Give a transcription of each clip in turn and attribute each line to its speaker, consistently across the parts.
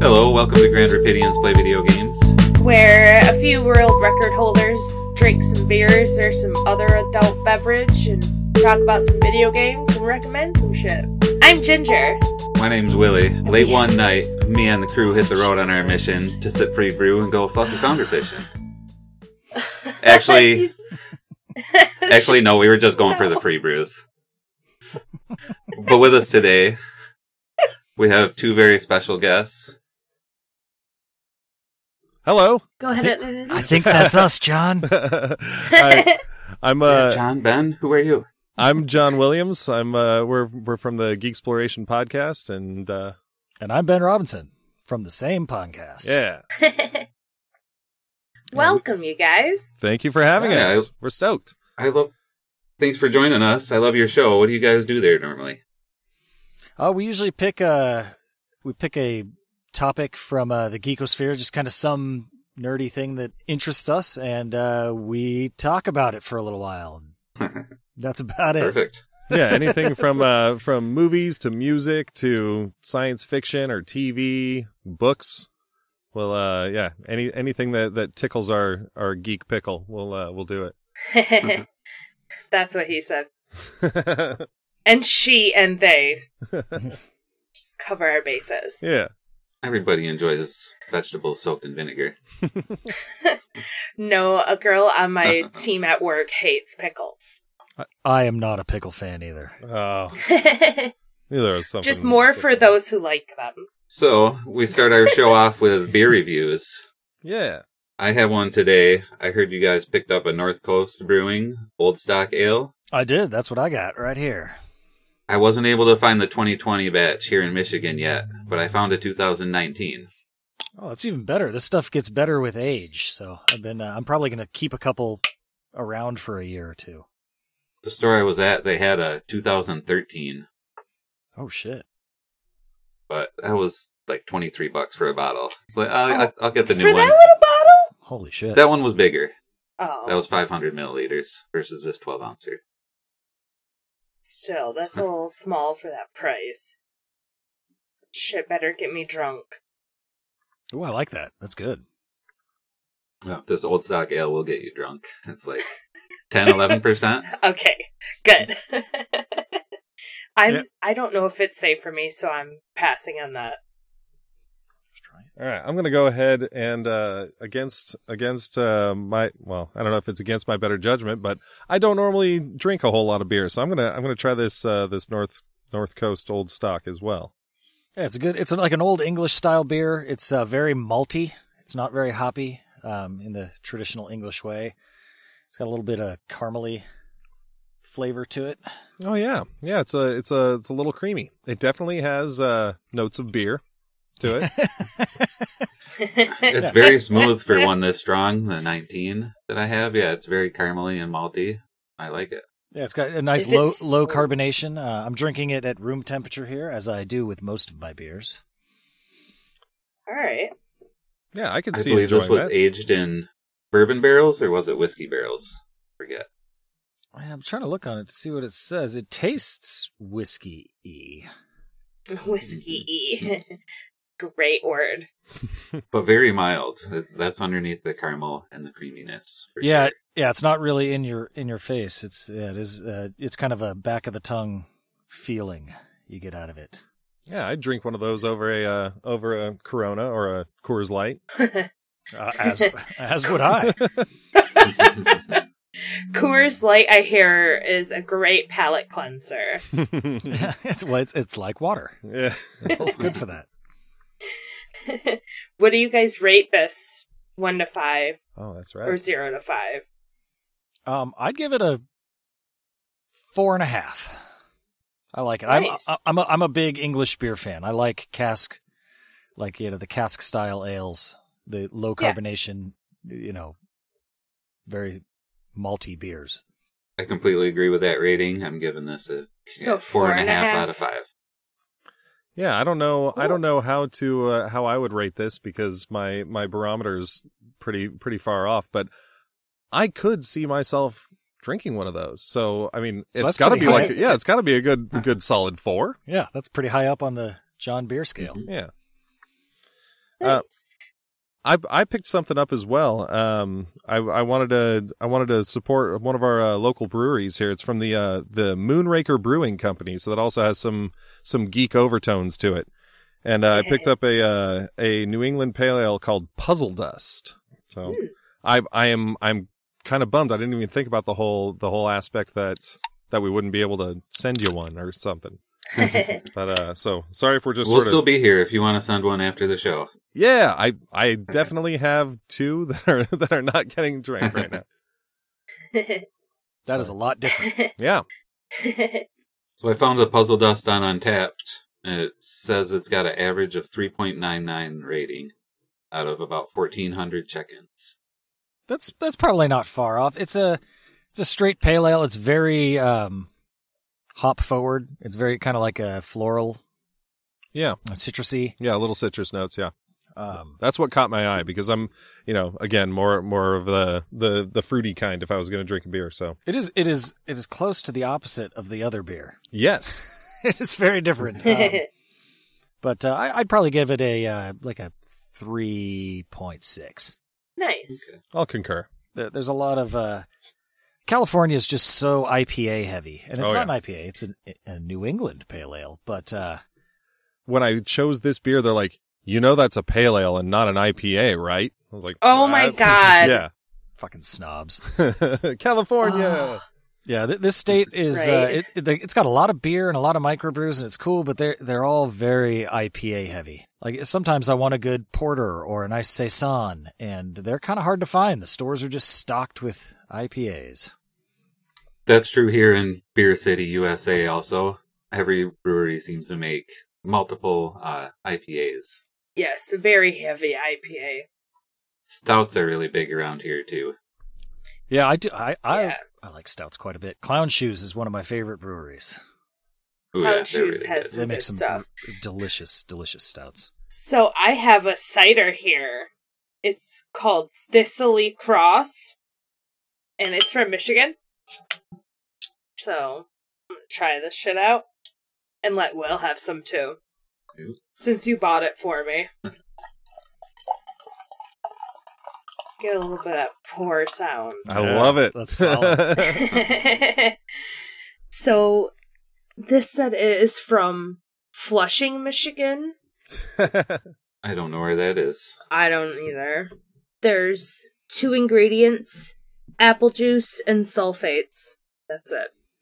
Speaker 1: welcome to Grand Rapidians Play Video Games.
Speaker 2: where a few world record holders drink some beers or some other adult beverage and talk about some video games and recommend some shit. I'm Ginger.
Speaker 1: My name's Willie. Late one night, me and the crew hit the road on our
Speaker 2: Jesus.
Speaker 1: mission to sip free brew and go fucking founder fishing. Actually, actually, no, we were just going for the free brews. But with us today, we have two very special guests.
Speaker 3: Hello.
Speaker 2: go ahead and
Speaker 4: I think that's us, John.
Speaker 3: I, I'm uh,
Speaker 1: John, Ben, who are you?
Speaker 3: I'm John Williams. I'm uh, we're we're from the Geek Exploration podcast, and uh,
Speaker 4: And I'm Ben Robinson from the same podcast.
Speaker 3: yeah,
Speaker 2: welcome, you guys.
Speaker 3: thank you for having
Speaker 1: Yeah,
Speaker 3: us.
Speaker 1: I-
Speaker 3: We're stoked.
Speaker 1: I love. Thanks for joining us. I love your show. What do you guys do there normally?
Speaker 4: Uh, we usually pick a we pick a topic from uh, the geekosphere, just kind of some nerdy thing that interests us, and uh, we talk about it for a little while. That's about it.
Speaker 1: Perfect.
Speaker 3: Yeah, anything from uh, from movies to music to science fiction or TV, books. Well, uh, yeah, any anything that, that tickles our, our geek pickle, we'll uh, we'll do
Speaker 2: That's what he said.
Speaker 3: it.
Speaker 2: And she and they. Just cover our bases.
Speaker 3: yeah,
Speaker 1: Everybody enjoys vegetables soaked in vinegar.
Speaker 2: No, a girl on
Speaker 1: Uh-huh.
Speaker 2: my team at work hates pickles.
Speaker 4: I am not a pickle fan either.
Speaker 3: oh, knew there was something.
Speaker 2: Just more for those who like them.
Speaker 1: So we start our show off with beer reviews.
Speaker 3: Yeah,
Speaker 1: I have one today. I heard you guys picked up a North Coast Brewing Old Stock Ale.
Speaker 4: I did. That's what I got right here.
Speaker 1: I wasn't able to find the 2020 batch here in Michigan yet, but I found a 2019.
Speaker 4: Oh, it's even better. This stuff gets better with age. So I've been. Uh, I'm probably going to keep a couple around for a year or two.
Speaker 1: The store I was at, they had a 2013,
Speaker 4: Oh shit!
Speaker 1: but that was like 23 bucks for a bottle. So I'll, I'll get the
Speaker 2: Oh, for
Speaker 1: new
Speaker 2: that
Speaker 1: one.
Speaker 2: little bottle?
Speaker 4: Holy shit!
Speaker 1: That one was bigger.
Speaker 2: Oh.
Speaker 1: That was 500 milliliters versus this 12 ouncer.
Speaker 2: Still, that's a little small for that price. Shit better get me drunk.
Speaker 4: Ooh, I like that. That's good.
Speaker 1: Yeah, This old stock ale will get you drunk. It's like 10, 11%.
Speaker 2: Okay, good. I'm
Speaker 4: Yeah.
Speaker 2: I don't know if it's safe for me, so I'm passing on that.
Speaker 4: Let's try it.
Speaker 3: All right, I'm going to go ahead and uh, against against uh, my well, I don't know if it's against my better judgment, but I don't normally drink a whole lot of beer, so I'm gonna I'm gonna try this uh, this North North Coast Old Stock as well.
Speaker 4: Yeah, it's a good. It's like an old English style beer. It's uh, very malty. It's not very hoppy um, in the traditional English way. It's got a little bit of caramely flavor to it.
Speaker 3: Oh yeah, yeah, it's a it's a it's a little creamy. It definitely has uh, notes of beer to it.
Speaker 1: It's very smooth for one this strong, the 19 that I have. Yeah, it's very caramely and malty. I like it.
Speaker 4: Yeah, it's got a nice
Speaker 2: If
Speaker 4: low
Speaker 2: it's-
Speaker 4: low carbonation. Uh, I'm drinking it at room temperature here, as I do with most of my beers.
Speaker 2: All right.
Speaker 3: yeah, I can
Speaker 1: I
Speaker 3: see
Speaker 1: believe
Speaker 3: enjoying
Speaker 1: this was
Speaker 3: that.
Speaker 1: aged in bourbon barrels or was it whiskey barrels? Forget.
Speaker 4: I'm trying to look on it to see what it says. It tastes whiskey y.
Speaker 2: Whiskey. Great word.
Speaker 1: But very mild. That's, that's underneath the caramel and the creaminess. for
Speaker 4: Yeah,
Speaker 1: sure.
Speaker 4: yeah, it's not really in your in your face. It's yeah, it is. Uh, it's kind of a back of the tongue feeling you get out of it.
Speaker 3: Yeah, I'd drink one of those over a uh, over a Corona or a Coors Light.
Speaker 4: Uh, as as would I.
Speaker 2: Coors Light, I hear, is a great palate cleanser.
Speaker 4: it's well, it's it's like water.
Speaker 3: yeah.
Speaker 4: It's good for that.
Speaker 2: what do you guys rate this? One to five
Speaker 3: Oh, that's
Speaker 2: or
Speaker 3: right.
Speaker 2: zero to five?
Speaker 4: Um, I'd give it a four and a half. I like it.
Speaker 2: Nice.
Speaker 4: I'm I, I'm a, I'm a big English beer fan. I like cask, like you know the cask style ales, the low
Speaker 2: Yeah.
Speaker 4: carbonation, you know, very malty beers.
Speaker 1: I completely agree with that rating. I'm giving this a
Speaker 2: So
Speaker 1: yeah, four and a half out of five.
Speaker 3: Yeah, I don't know. I
Speaker 2: Cool.
Speaker 3: don't know how to uh, how I would rate this because my my barometer's pretty pretty far off. But I could see myself drinking one of those. So I mean,
Speaker 4: So that's
Speaker 3: it's got to
Speaker 4: pretty
Speaker 3: be
Speaker 4: high.
Speaker 3: like yeah, it's got to be a good good solid four.
Speaker 1: Mm-hmm.
Speaker 4: Mm-hmm. Yeah, that's pretty high up on the John beer scale.
Speaker 3: Yeah. Uh,
Speaker 2: Thanks.
Speaker 3: I I picked something up as well. Um, I I wanted to I wanted to support one of our uh, local breweries here. It's from the uh, the Moonraker Brewing Company, so that also has some some geek overtones to it. And uh, I picked up a uh, a New England Pale Ale called Puzzle Dust. So I I am I'm kind of bummed. I didn't even think about the whole the whole aspect that that we wouldn't be able to send you one or something. But uh, so sorry if we're just
Speaker 1: we'll
Speaker 3: sort of
Speaker 1: still be here if you want to send one after the show.
Speaker 3: yeah, I I definitely have two that are that are not getting drank right now.
Speaker 4: That is a lot different.
Speaker 3: Yeah.
Speaker 4: Oh.
Speaker 1: So I found the Puzzle Dust on Untapped. and It says it's got an average of 3.99 rating out of about 1,400 check-ins.
Speaker 4: That's that's probably not far off. It's a it's a straight pale ale. It's very um, hop forward. It's very kind of like a floral,
Speaker 3: Yeah.
Speaker 4: a citrusy.
Speaker 3: Yeah, little citrus notes, yeah.
Speaker 4: Um,
Speaker 3: That's what caught my eye because I'm, you know, again, more more of the the the fruity kind if I was going to drink a beer, so.
Speaker 4: it is it is it is close to the opposite of the other beer.
Speaker 3: Yes.
Speaker 4: it is very different. Um, but uh, I, I'd probably give it a uh, like a three point six.
Speaker 2: nice.
Speaker 3: I'll concur.
Speaker 4: There, there's a lot of uh, California is just so IPA heavy, and it's
Speaker 3: Oh,
Speaker 4: not an IPA. It's an, a New England pale ale, but uh,
Speaker 3: When I chose this beer, they're like, "You know that's a pale ale and not an IPA, right?" I was like,
Speaker 2: Oh my God.
Speaker 4: fucking snobs.
Speaker 3: Yeah.
Speaker 4: Oh.
Speaker 3: California.
Speaker 4: Yeah, th- this state is uh,
Speaker 2: Right.
Speaker 4: it, it, it's got a lot of beer and a lot of microbrews, and it's cool, but they're they're all very IPA heavy. Like sometimes I want a good porter or a nice saison, and they're kind of hard to find. The stores are just stocked with IPAs.
Speaker 1: That's true here in Beer City, USA also. Every brewery seems to make multiple uh, IPAs.
Speaker 2: Yes, a very heavy IPA.
Speaker 1: Stouts are really big around here too.
Speaker 4: Yeah, I do. I I,
Speaker 2: Yeah.
Speaker 4: I like stouts quite a bit. Clown Shoes is one of my favorite breweries.
Speaker 1: Ooh,
Speaker 2: Clown
Speaker 1: yeah, they're
Speaker 2: Shoes
Speaker 1: really
Speaker 2: has-
Speaker 1: good.
Speaker 4: They make
Speaker 2: Good
Speaker 4: some
Speaker 2: stuff.
Speaker 4: d- delicious, delicious stouts.
Speaker 2: So I have a cider here. It's called Thistly Cross, and it's from Michigan. So I'm gonna try this shit out, and let Will have some too,
Speaker 1: Ooh.
Speaker 2: since you bought it for me. Get a little bit of poor sound.
Speaker 3: I
Speaker 4: Yeah,
Speaker 3: love it.
Speaker 4: that's solid.
Speaker 2: so this set is from Flushing, Michigan.
Speaker 1: I don't know where that is.
Speaker 2: I don't either. There's two ingredients apple juice and sulfates. That's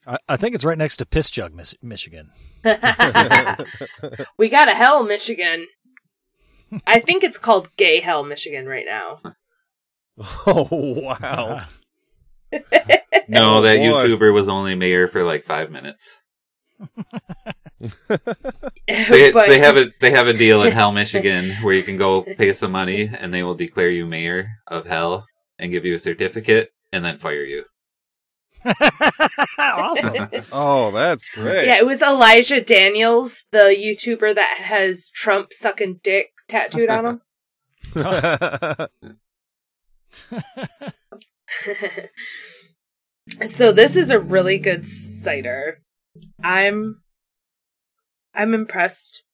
Speaker 4: I, I think it's right next to Piss Jug, Mis- Michigan.
Speaker 2: it. we got a hell, Michigan. I think it's called Gay Hell, Michigan right now.
Speaker 3: oh wow.
Speaker 1: No,
Speaker 3: Oh,
Speaker 1: that
Speaker 3: boy.
Speaker 1: YouTuber was only mayor for like five minutes. They,
Speaker 2: but
Speaker 1: they have a they have a deal in Hell, Michigan, where you can go pay some money, and they will declare you mayor of Hell and give you a certificate, and then fire you.
Speaker 4: awesome.
Speaker 3: Oh, that's great.
Speaker 2: Yeah, it was Elijah Daniels, the YouTuber that has Trump sucking dick tattooed on him. so this is a really good cider. I'm I'm impressed.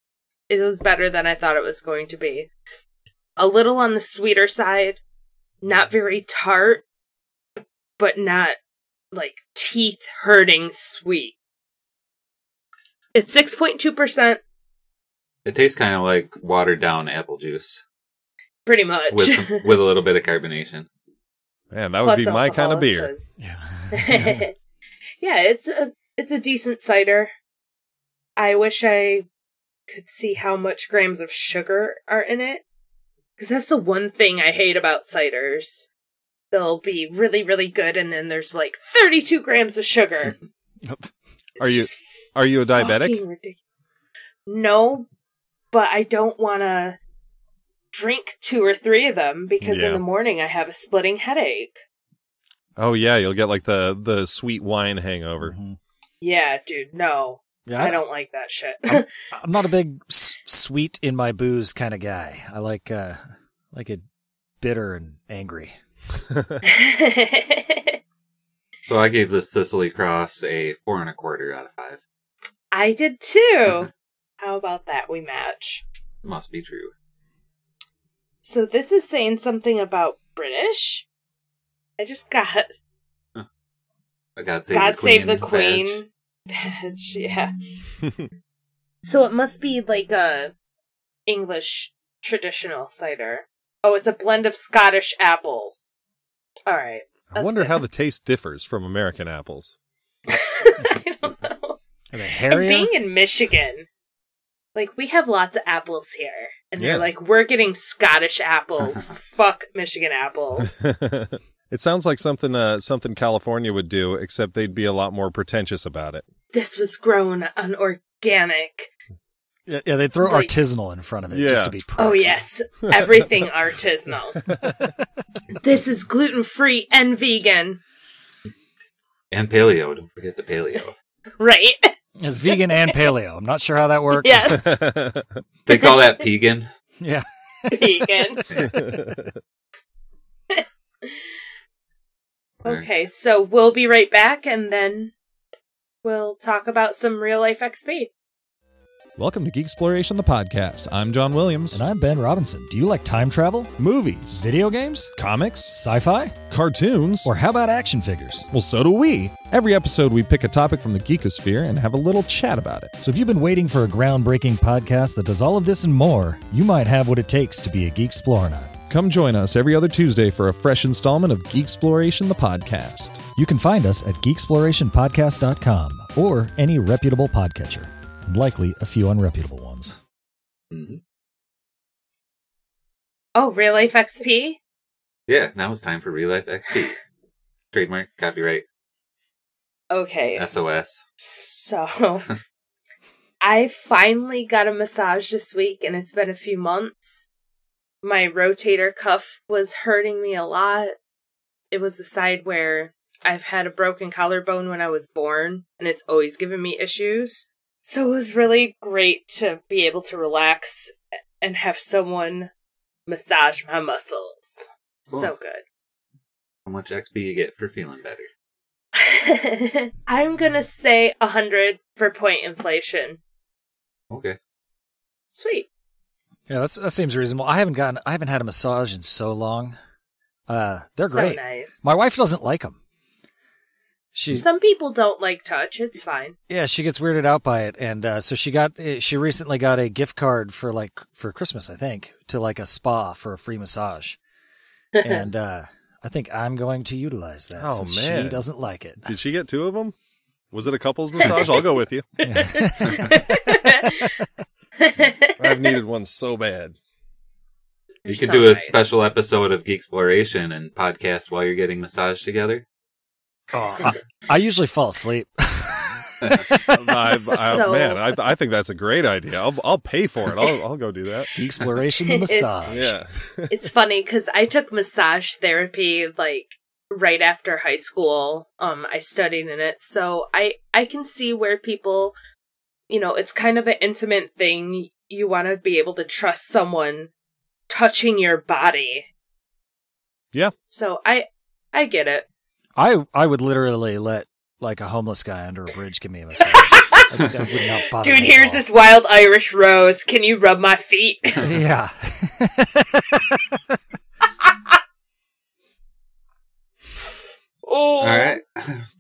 Speaker 2: It was better than I thought it was going to be. A little on the sweeter side, not very tart, but not like teeth hurting sweet. It's 6.2%
Speaker 1: It tastes kind of like watered down apple juice
Speaker 2: pretty much.
Speaker 1: with some- with a little bit of carbonation.
Speaker 3: Man, that would
Speaker 2: Plus
Speaker 3: be my
Speaker 2: alcohol,
Speaker 3: kind of beer.
Speaker 2: 'cause-
Speaker 4: yeah.
Speaker 2: yeah, it's a it's a decent cider. I wish I could see how much grams of sugar are in it, because that's the one thing I hate about ciders. They'll be really, really good, and then there's like 32 grams of sugar. It's
Speaker 3: Are you
Speaker 2: just
Speaker 3: Are you a diabetic?
Speaker 2: fucking ridiculous. No, but I don't want to drink two or three of them because
Speaker 3: Yeah.
Speaker 2: in the morning I have a splitting headache.
Speaker 3: Oh yeah, you'll get like the the sweet wine hangover.
Speaker 4: Mhm.
Speaker 2: Yeah, dude, no.
Speaker 4: Yeah,
Speaker 2: I don't like that shit.
Speaker 4: I'm not a big s- sweet in my booze kind of guy. I like uh like it bitter and angry.
Speaker 2: I
Speaker 1: So I gave this Sicily Cross a four and a quarter out of five.
Speaker 2: Uh-huh. did too. How about that? We match.
Speaker 1: Must be true.
Speaker 2: So this is saying something about British. I just got
Speaker 1: A God save the queen.
Speaker 2: God Save the Queen
Speaker 1: badge.
Speaker 2: badge. Yeah. So it must be like a English traditional cider. Oh, it's a blend of Scottish apples. All right.
Speaker 3: I
Speaker 2: That's
Speaker 3: wonder
Speaker 2: it.
Speaker 3: how the taste differs from American apples.
Speaker 2: I don't know.
Speaker 4: Are they
Speaker 2: And
Speaker 4: hairier?
Speaker 2: being in Michigan, like we have lots of apples here, and
Speaker 3: Yeah.
Speaker 2: they're like, we're getting Scottish apples. Fuck Michigan apples.
Speaker 3: it sounds like something uh, something California would do, except they'd be a lot more pretentious about it.
Speaker 2: This was grown on organic.
Speaker 4: yeah, yeah, they throw
Speaker 2: Like-
Speaker 4: artisanal in front of it just
Speaker 3: Yeah.
Speaker 4: to be
Speaker 2: Oh
Speaker 4: pricks.
Speaker 2: yes, everything artisanal. this is gluten free and vegan,
Speaker 1: And paleo. Don't forget the paleo.
Speaker 2: right?
Speaker 4: It's vegan and paleo. I'm not sure how that works.
Speaker 2: yes,
Speaker 1: They call that vegan.
Speaker 4: Yeah.
Speaker 2: vegan. Okay, so we'll be right back, and then we'll talk about some real life XP.
Speaker 5: Welcome to Geek Exploration, the podcast. I'm John Williams.
Speaker 4: And I'm Ben Robinson. Do you like time travel,
Speaker 5: Movies,
Speaker 4: video games,
Speaker 5: comics,
Speaker 4: sci fi,
Speaker 5: cartoons,
Speaker 4: or how about action figures?
Speaker 5: well, so do we. Every episode, we pick a topic from the geekosphere and have a little chat about it.
Speaker 4: So if you've been waiting for a groundbreaking podcast that does all of this and more, you might have what it takes to be a geek explorer.
Speaker 5: Come join us every other Tuesday for a fresh installment of Geek Exploration, the podcast.
Speaker 4: You can find us at geeksplorationpodcast.com or any reputable podcatcher, and likely a few unreputable ones.
Speaker 1: hmm
Speaker 2: Oh, real life XP.
Speaker 1: Yeah, now it's time for Real Life XP. Trademark, copyright,
Speaker 2: Okay.
Speaker 1: SOS.
Speaker 2: So I finally got a massage this week and it's been a few months. My rotator cuff was hurting me a lot. It was a side where I've had a broken collarbone when I was born and it's always given me issues. So it was really great to be able to relax and have someone massage my muscles. So
Speaker 1: Cool.
Speaker 2: good.
Speaker 1: How much XP you get for feeling better?
Speaker 2: I'm gonna say 100 for point inflation.
Speaker 1: Okay.
Speaker 2: Sweet.
Speaker 4: Yeah, that's, that seems reasonable. I haven't gotten, I haven't had a massage in so long. Uh, they're
Speaker 2: So
Speaker 4: great.
Speaker 2: nice.
Speaker 4: My wife doesn't like them. She,
Speaker 2: Some people don't like touch. It's fine.
Speaker 4: yeah, she gets weirded out by it, and uh, so she got, eh, she recently got a gift card for like for Christmas, I think, to like a spa for a free massage, and uh, I think I'm going to utilize that
Speaker 3: Oh,
Speaker 4: since she
Speaker 3: man.
Speaker 4: doesn't like it.
Speaker 3: Did she get two of them? Was it a couples massage? I'll go with you. I've needed one so bad.
Speaker 2: You're
Speaker 1: You could
Speaker 2: so
Speaker 1: do a
Speaker 2: nice.
Speaker 1: special episode of Geek Exploration and podcast while you're getting massage together.
Speaker 4: I, I usually fall asleep.
Speaker 3: I, I,
Speaker 2: So-
Speaker 3: Man, I, I think that's a great idea. I'll, I'll pay for it. I'll, I'll go do that.
Speaker 4: Exploration the massage.
Speaker 3: Yeah.
Speaker 2: It's funny because I took massage therapy like right after high school. Um, I studied in it, so I I can see where people, you know, it's kind of an intimate thing. You want to be able to trust someone touching your body.
Speaker 3: Yeah.
Speaker 2: So I I get it.
Speaker 4: I I would literally let like a homeless guy under a bridge give me a massage. I, that would not bother
Speaker 2: Dude,
Speaker 4: me at
Speaker 2: here's
Speaker 4: all.
Speaker 2: this wild Irish rose. Can you rub my feet?
Speaker 4: yeah.
Speaker 2: oh.
Speaker 1: All right.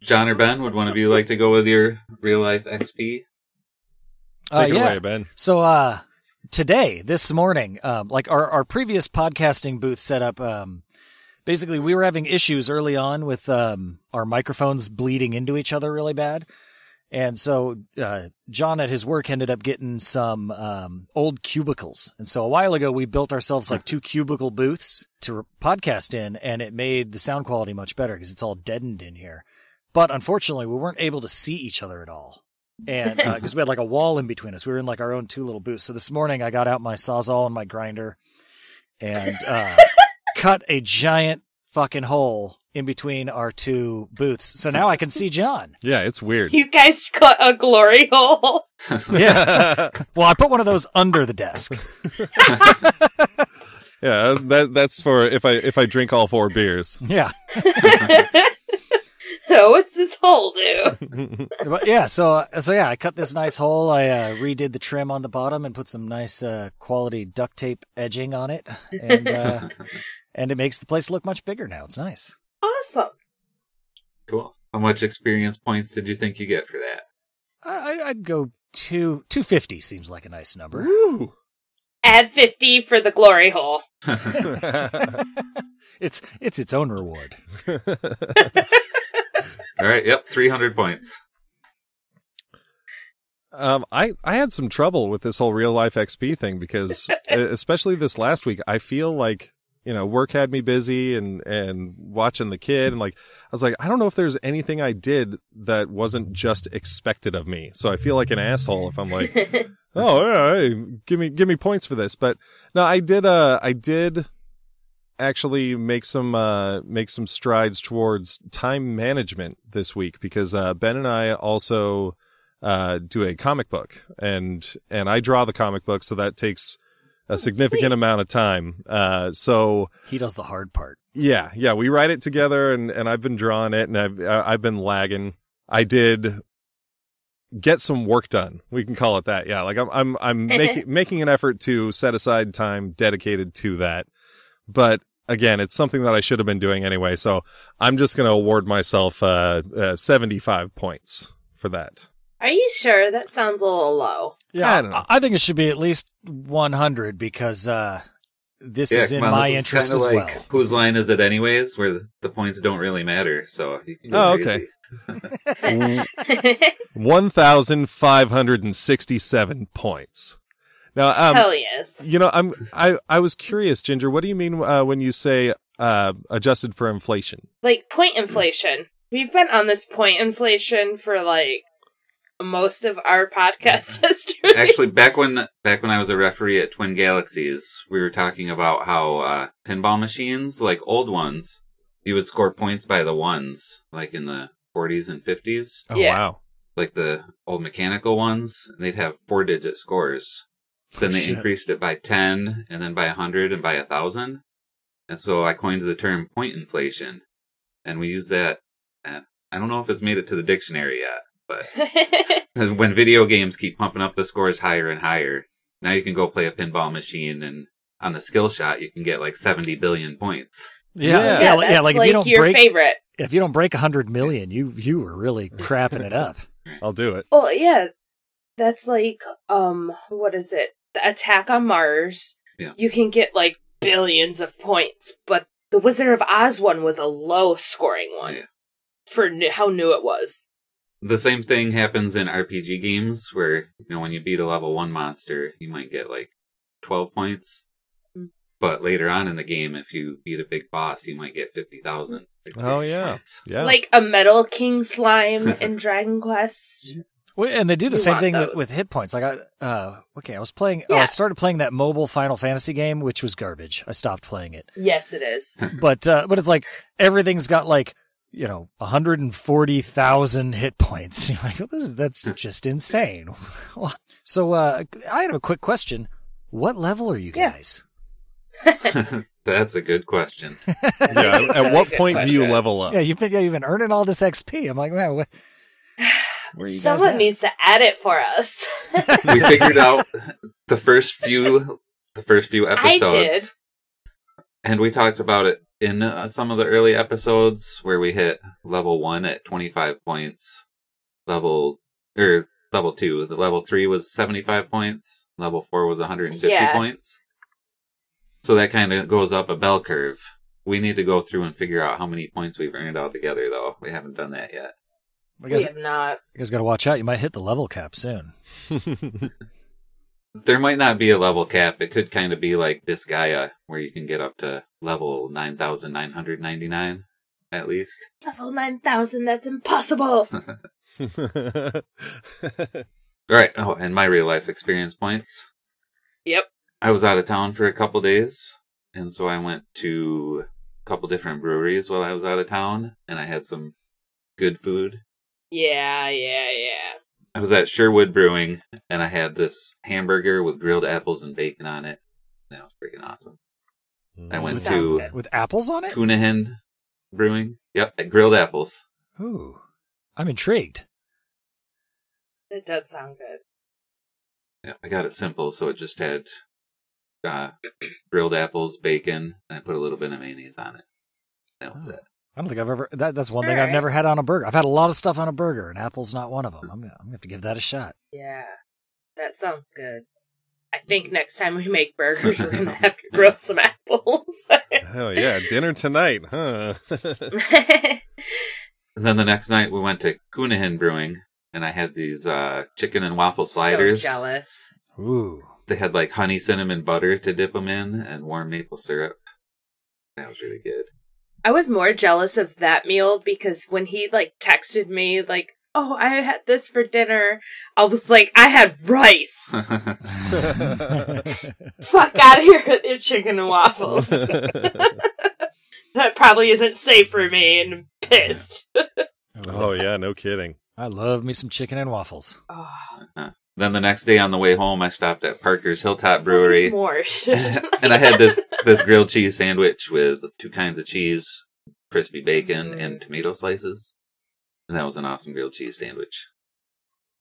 Speaker 1: John or Ben, would one of you like to go with your Real Life XP?
Speaker 4: Uh,
Speaker 3: Take it
Speaker 4: yeah.
Speaker 3: away, Ben.
Speaker 4: So uh today, this morning, um, like our, our previous podcasting booth setup, um basically we were having issues early on with um our microphones bleeding into each other really bad. And so uh, John at his work ended up getting some um, old cubicles. And so a while ago, we built ourselves like two cubicle booths to re- podcast in, and it made the sound quality much better because it's all deadened in here. But unfortunately, we weren't able to see each other at all. And because we had like a wall in between us, we were in like our own two little booths. So this morning, I got out my sawzall and my grinder and uh, cut a giant fucking hole in between our two booths. So now I can see John.
Speaker 3: Yeah, it's weird.
Speaker 2: You guys cut a glory hole.
Speaker 4: Yeah. well, I put one of those under the desk.
Speaker 3: Yeah, that that's for if I if I drink all four beers.
Speaker 4: Yeah.
Speaker 2: oh, it's this hole do?
Speaker 4: But yeah, so uh, so yeah, I cut this nice hole. I uh, redid the trim on the bottom and put some nice uh, quality duct tape edging on it, and uh, and it makes the place look much bigger now. It's nice.
Speaker 2: Awesome.
Speaker 1: cool. How much experience points did you think you get for that?
Speaker 4: I, I- I'd go two two fifty seems like a nice number.
Speaker 3: Woo!
Speaker 2: Add 50 for the glory hole.
Speaker 4: it's it's its own reward.
Speaker 1: All right. Yep. 300 points.
Speaker 3: Um, I, I had some trouble with this whole real life XP thing because, uh, especially this last week, I feel like, you know, work had me busy and, and watching the kid. And like, I was like, I don't know if there's anything I did that wasn't just expected of me. So I feel like an asshole if I'm like, oh, yeah, hey, give me, give me points for this. But no, I did, uh, I did actually make some uh make some strides towards time management this week because uh Ben and I also uh, do a comic book and and I draw the comic book so that takes a significant
Speaker 2: sweet.
Speaker 3: amount of time uh so
Speaker 4: He does the hard part.
Speaker 3: yeah yeah we write it together and and I've been drawing it and I've I- I've been lagging I did get some work done we can call it that yeah like I'm I'm I'm making making an effort to set aside time dedicated to that but again it's something that I should have been doing anyway so I'm just going to award myself uh, uh 75 points for that
Speaker 2: Are you sure? That sounds a little low.
Speaker 3: Yeah, I don't know.
Speaker 4: think it should be at least one hundred because uh, this
Speaker 1: Yeah,
Speaker 4: is in
Speaker 1: come on,
Speaker 4: my
Speaker 1: this is
Speaker 4: interest
Speaker 1: kinda
Speaker 4: as
Speaker 1: like,
Speaker 4: well.
Speaker 1: Whose line is it, anyways? Where the, the points don't really matter. So you can go
Speaker 3: Oh,
Speaker 1: crazy.
Speaker 3: okay. 1567 points now um
Speaker 2: Hell yes.
Speaker 3: you know i'm i i was curious ginger what do you mean uh, when you say uh adjusted for inflation
Speaker 2: like point inflation. We've been on this point inflation for like most of our podcast history.
Speaker 1: Actually, back when back when I was a referee at Twin Galaxies, we were talking about how uh, pinball machines, like old ones, you would score points by the ones, like in the 40s and 50s,
Speaker 3: oh
Speaker 2: Yeah.
Speaker 3: wow
Speaker 1: like the old mechanical ones. They'd have four digit scores. Then they
Speaker 4: Shit.
Speaker 1: increased it by 10, and then by 100, and by 1,000. And so I coined the term point inflation, and we use that. And I don't know if it's made it to the dictionary yet, but when video games keep pumping up the scores higher and higher, now you can go play a pinball machine and on the skill shot you can get like 70 billion points.
Speaker 3: Yeah.
Speaker 4: yeah,
Speaker 3: Yeah,
Speaker 4: li-
Speaker 2: that's
Speaker 4: like,
Speaker 2: like
Speaker 4: if you don't
Speaker 2: your
Speaker 4: break
Speaker 2: favorite.
Speaker 4: if you don't break hundred million, you you were really crapping it up.
Speaker 3: i'll do it
Speaker 2: Oh yeah, that's like um, what is it? The Attack on Mars.
Speaker 1: Yeah.
Speaker 2: You can get like billions of points, but the Wizard of Oz one was a low scoring one
Speaker 1: Yeah.
Speaker 2: for n- how new it was.
Speaker 1: The same thing happens in RPG games where, you know, when you beat a level 1 monster, you might get like 12 points.
Speaker 2: Mm.
Speaker 1: But later on in the game, if you beat a big boss, you might get 50,000.
Speaker 3: Oh, yeah.
Speaker 1: points.
Speaker 3: yeah
Speaker 2: Like a Metal King slime in Dragon Quest.
Speaker 4: Well, and they do the
Speaker 2: You
Speaker 4: same
Speaker 2: want
Speaker 4: thing with,
Speaker 2: those.
Speaker 4: with hit points. Like I, uh, okay, I was playing. Oh, I
Speaker 2: Yeah.
Speaker 4: started playing that mobile Final Fantasy game, which was garbage. I stopped playing it.
Speaker 2: Yes, it is.
Speaker 4: But uh, but it's like everything's got like you know 140,000 hit points. You're like, well, this is, that's just insane. so uh, I have a quick question. What level are you
Speaker 2: Yeah.
Speaker 4: guys?
Speaker 1: That's a good question.
Speaker 3: yeah at- at what point do you
Speaker 2: question.
Speaker 3: level up
Speaker 4: Yeah, you've been yeah, you've been earning all this XP. I'm like, man, what, where are you guys
Speaker 2: Someone
Speaker 4: at?
Speaker 2: needs to edit for us.
Speaker 1: we figured out the first few the first few episodes and we talked about it in uh, some of the early episodes where we hit level 1 at 25 points level or level 2 the level 3 was 75 points level 4 was 150
Speaker 2: Yeah.
Speaker 1: points so that kind of goes up a bell curve we need to go through and figure out how many points we've earned altogether though we haven't done that yet
Speaker 4: You
Speaker 2: we
Speaker 4: guys,
Speaker 2: have not.
Speaker 4: you guys got to watch out. You might hit the level cap soon.
Speaker 1: There might not be a level cap. It could kind of be like this Gaia, where you can get up to level 9,999 at least.
Speaker 2: Level 9000, that's impossible.
Speaker 1: All right. Oh, and my real life experience points.
Speaker 2: Yep.
Speaker 1: I was out of town for a couple days, and so I went to a couple different breweries while I was out of town, and I had some good food.
Speaker 2: Yeah, yeah, yeah.
Speaker 1: I was at Sherwood Brewing, and I had this hamburger with grilled apples and bacon on it. That was freaking awesome. I went
Speaker 2: Sounds
Speaker 1: to
Speaker 2: good.
Speaker 4: With apples on it.
Speaker 1: Cunahan Brewing. Yep, grilled apples.
Speaker 4: Ooh. I'm intrigued.
Speaker 2: It does sound good.
Speaker 1: Yeah, I got it simple, so it just had uh, grilled apples, bacon, and I put a little bit of mayonnaise on it. That was
Speaker 4: Oh.
Speaker 1: it.
Speaker 4: I don't think I've ever. That, that's one thing I've
Speaker 2: Alright.
Speaker 4: never had on a burger. I've had a lot of stuff on a burger, and apple's not one of them. I'm, gonna- I'm gonna have to give that a shot.
Speaker 2: Yeah, that sounds good. I
Speaker 1: Mm-hmm.
Speaker 2: think next time we make burgers, we're gonna have to grill some apples.
Speaker 3: Hell yeah, dinner tonight, huh?
Speaker 1: And then the next night we went to Cunahan Brewing, and I had these uh, chicken and waffle sliders.
Speaker 2: So jealous.
Speaker 4: Ooh,
Speaker 1: they had like honey cinnamon butter to dip them in and warm maple syrup. That was really good.
Speaker 2: I was more jealous of that meal because when he like texted me like, "Oh, I had this for dinner," I was like, "I had rice." Fuck out of here with your chicken and waffles. that probably isn't safe for me, and I'm pissed.
Speaker 3: oh yeah, no kidding.
Speaker 4: I love me some chicken and waffles.
Speaker 2: Oh,
Speaker 1: then the next day on the way home, I stopped at Parker's Hilltop Brewery,
Speaker 2: more.
Speaker 1: and I had this this grilled cheese sandwich with two kinds of cheese, crispy bacon,
Speaker 2: Mm.
Speaker 1: and tomato slices. And that was an awesome grilled cheese sandwich.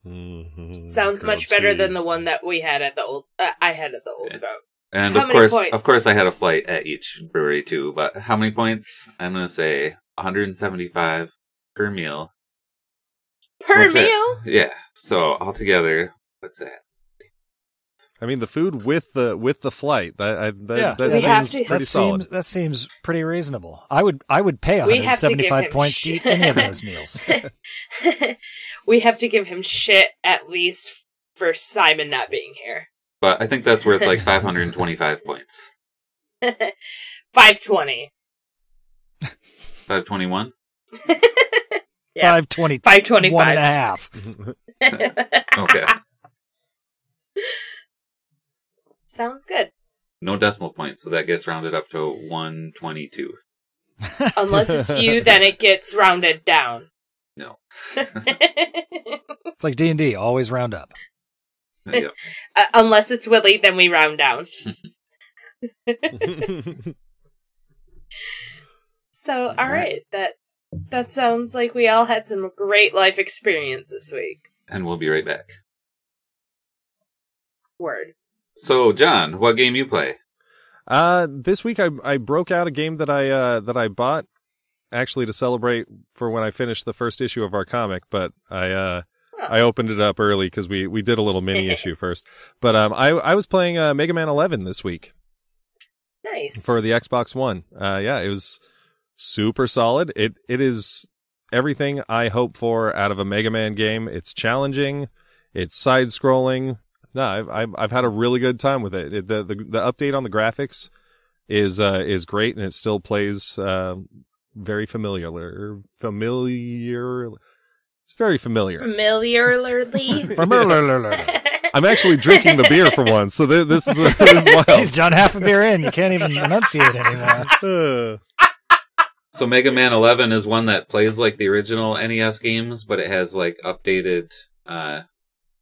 Speaker 3: Mhm.
Speaker 2: Sounds
Speaker 1: Oh,
Speaker 2: much
Speaker 3: Grilled
Speaker 2: better than
Speaker 3: cheese.
Speaker 2: the one that we had at the old. Uh, I had at the old
Speaker 1: Yeah.
Speaker 2: goat.
Speaker 1: And
Speaker 2: How
Speaker 1: of
Speaker 2: many
Speaker 1: course,
Speaker 2: points?
Speaker 1: of course, I had a flight at each brewery too. But how many points? I'm gonna say 175 per meal.
Speaker 2: Per
Speaker 1: What's that?
Speaker 2: meal.
Speaker 1: Yeah. So altogether, what's that?
Speaker 3: I mean, the food with the with the flight. That I, that,
Speaker 4: Yeah.
Speaker 3: that
Speaker 2: We have
Speaker 3: seems
Speaker 2: to-
Speaker 3: pretty
Speaker 4: That
Speaker 3: solid.
Speaker 4: seems that seems pretty reasonable. I would I would pay
Speaker 2: We have to give
Speaker 4: 175
Speaker 2: him
Speaker 4: points to eat
Speaker 2: shit.
Speaker 4: any of those meals.
Speaker 2: we have to give him shit at least for Simon not being here.
Speaker 1: But I think that's worth like 525 points.
Speaker 2: 520.
Speaker 1: 521.
Speaker 2: Yeah.
Speaker 4: 520 one and a
Speaker 2: 525.
Speaker 4: half.
Speaker 1: Okay.
Speaker 2: Sounds good.
Speaker 1: No decimal points, so that gets rounded up to 122.
Speaker 2: Unless it's you, then it gets rounded down.
Speaker 1: No.
Speaker 2: Uh,
Speaker 4: It's like D&D, always round up.
Speaker 1: Yep.
Speaker 2: Uh, unless it's Willie, then we round down. So, all right, that that sounds like we all had some great life experience this week.
Speaker 1: And we'll be right back.
Speaker 2: Word.
Speaker 1: So, John, what game you play?
Speaker 3: Uh, this week I I broke out a game that I uh that I bought actually to celebrate for when I finished the first issue of our comic, but I uh I opened it up early because we we did a little mini issue first. But um, I I was playing uh, Mega Man 11 this week
Speaker 2: Nice.
Speaker 3: for the Xbox One. Uh, yeah, it was super solid. It it is everything I hope for out of a Mega Man game. It's challenging. It's side scrolling. No, I've, I've I've had a really good time with it. it the, the the update on the graphics is uh is great and it still plays uh very familiar familiar. It's very familiar.
Speaker 2: familiarly.
Speaker 3: I'm actually drinking the beer for once, so th- this is this is
Speaker 4: Jeez, John, half a beer in. You can't even enunciate anymore.
Speaker 3: wild.
Speaker 1: So, Mega Man 11 is one that plays like the original NES games, but it has like updated, uh,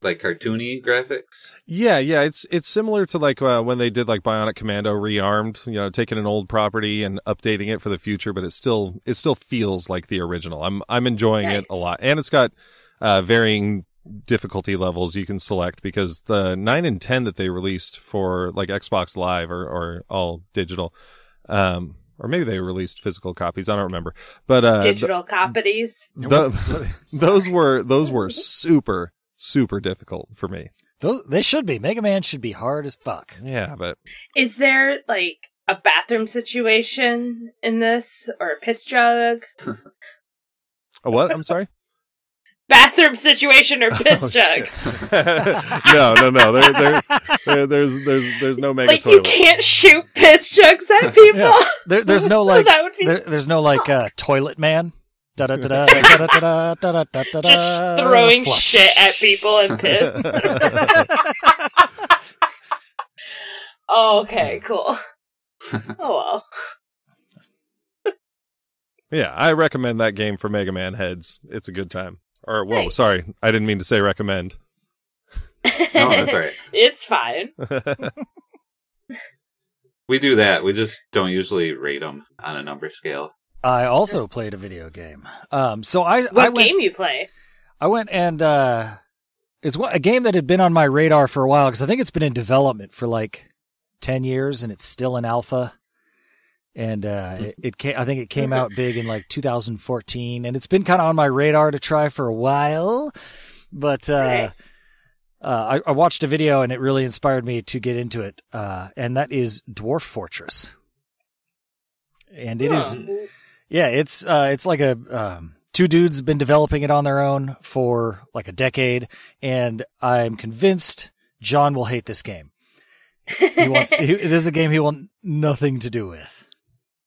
Speaker 1: like cartoony graphics.
Speaker 3: Yeah, yeah, it's it's similar to like uh, when they did like Bionic Commando rearmed, you know, taking an old property and updating it for the future, but it still it still feels like the original. I'm I'm enjoying it a
Speaker 2: Nice.
Speaker 3: lot, and it's got uh, varying difficulty levels you can select because the nine and ten that they released for like Xbox Live or or all digital, um, or maybe they released physical copies. I don't remember, but uh, the-
Speaker 2: Digital copies.
Speaker 3: the- those were those were super super difficult for me.
Speaker 4: Those they should be. Mega Man should be hard as fuck.
Speaker 3: Yeah, but.
Speaker 2: Is there like a bathroom situation in this or a piss jug?
Speaker 3: A what? I'm sorry.
Speaker 2: Bathroom situation or piss
Speaker 3: Oh,
Speaker 2: jug?
Speaker 3: no, no, no. There, there, there, there's, there's, there's no mega
Speaker 2: Like you
Speaker 3: toilet.
Speaker 2: can't shoot piss jugs at people.
Speaker 4: Yeah. There, there's no like
Speaker 2: That would be
Speaker 4: there, there's no like uh, toilet man. Da da da da da da da da da da.
Speaker 2: Just throwing
Speaker 4: Flush.
Speaker 2: shit at people and piss. oh, okay, cool. Oh well.
Speaker 3: Yeah, I recommend that game for Mega Man heads. It's a good time. Or whoa,
Speaker 2: Thanks.
Speaker 3: sorry, I didn't mean to say recommend.
Speaker 1: No, Oh, that's all right.
Speaker 2: It's fine.
Speaker 1: We do that. We just don't usually rate them on a number scale.
Speaker 4: I also played a video game. Um, so I I
Speaker 2: What
Speaker 4: went,
Speaker 2: game you play?
Speaker 4: I went and uh, it's one- a game that had been on my radar for a while because I think it's been in development for like ten years and it's still in alpha. And uh, it, it came, I think it came out big in like 2014, and it's been kind of on my radar to try for a while. But uh,
Speaker 2: Right.
Speaker 4: uh, I, I watched a video and it really inspired me to get into it, uh, and that is Dwarf Fortress. And it is.
Speaker 2: Huh.
Speaker 4: Yeah, it's uh, it's like a um, two dudes been developing it on their own for like a decade, and I'm convinced John will hate this game. He wants he, this is a game he will nothing to do with.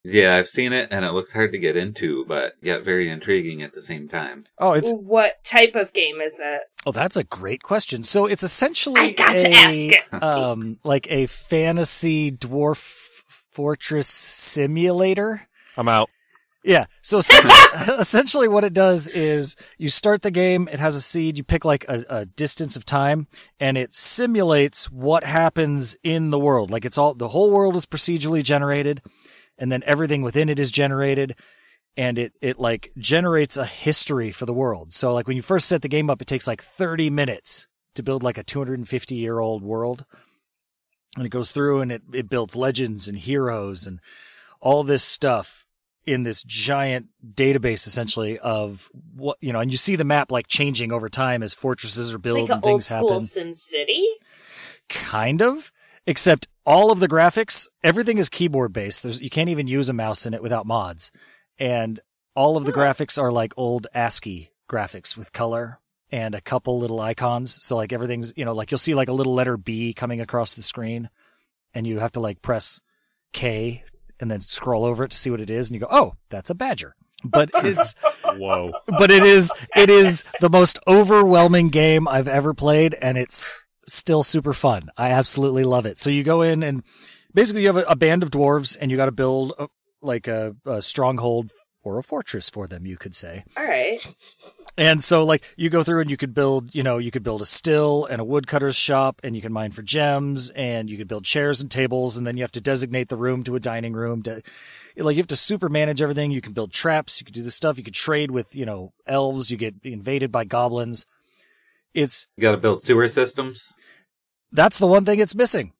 Speaker 1: Yeah, I've seen it and it looks hard to get into, but yet very intriguing at the same time.
Speaker 4: Oh, it's
Speaker 2: what type of game is it?
Speaker 4: oh, that's a great question. So it's essentially
Speaker 2: I got to
Speaker 4: a,
Speaker 2: ask
Speaker 4: um, like a fantasy dwarf fortress simulator.
Speaker 3: I'm out.
Speaker 4: Yeah. So essentially, essentially, what it does is you start the game. It has a seed. You pick like a, a distance of time, and it simulates what happens in the world. Like it's all the whole world is procedurally generated, and then everything within it is generated, and it it like generates a history for the world. So like when you first set the game up, it takes like thirty minutes to build like a two hundred and fifty year old world, and it goes through and it it builds legends and heroes and all this stuff in this giant database essentially of what you know and you see the map like changing over time as fortresses are built
Speaker 2: Like
Speaker 4: and
Speaker 2: an old
Speaker 4: things
Speaker 2: school
Speaker 4: happen
Speaker 2: Sim City?
Speaker 4: kind of except all of the graphics everything is keyboard based there's you can't even use a mouse in it without mods and all of the graphics are like old ascii graphics with color and a couple little icons so like everything's you know like you'll see like a little letter b coming across the screen and you have to like press k and then scroll over it to see what it is and you go oh that's a badger but it's
Speaker 3: Whoa.
Speaker 4: but it is it is the most overwhelming game I've ever played, and it's still super fun. I absolutely love it. So you go in and basically you have a, a band of dwarves, and you got to build a, like a, a stronghold or a fortress for them, you could say.
Speaker 2: All right.
Speaker 4: And so like you go through and you could build, you know, you could build a still and a woodcutter's shop and you can mine for gems and you could build chairs and tables and then you have to designate the room to a dining room to like you have to super manage everything. You can build traps, you can do this stuff, you could trade with, you know, elves, you get invaded by goblins. It's
Speaker 1: You gotta build sewer systems.
Speaker 4: that's the one thing it's missing.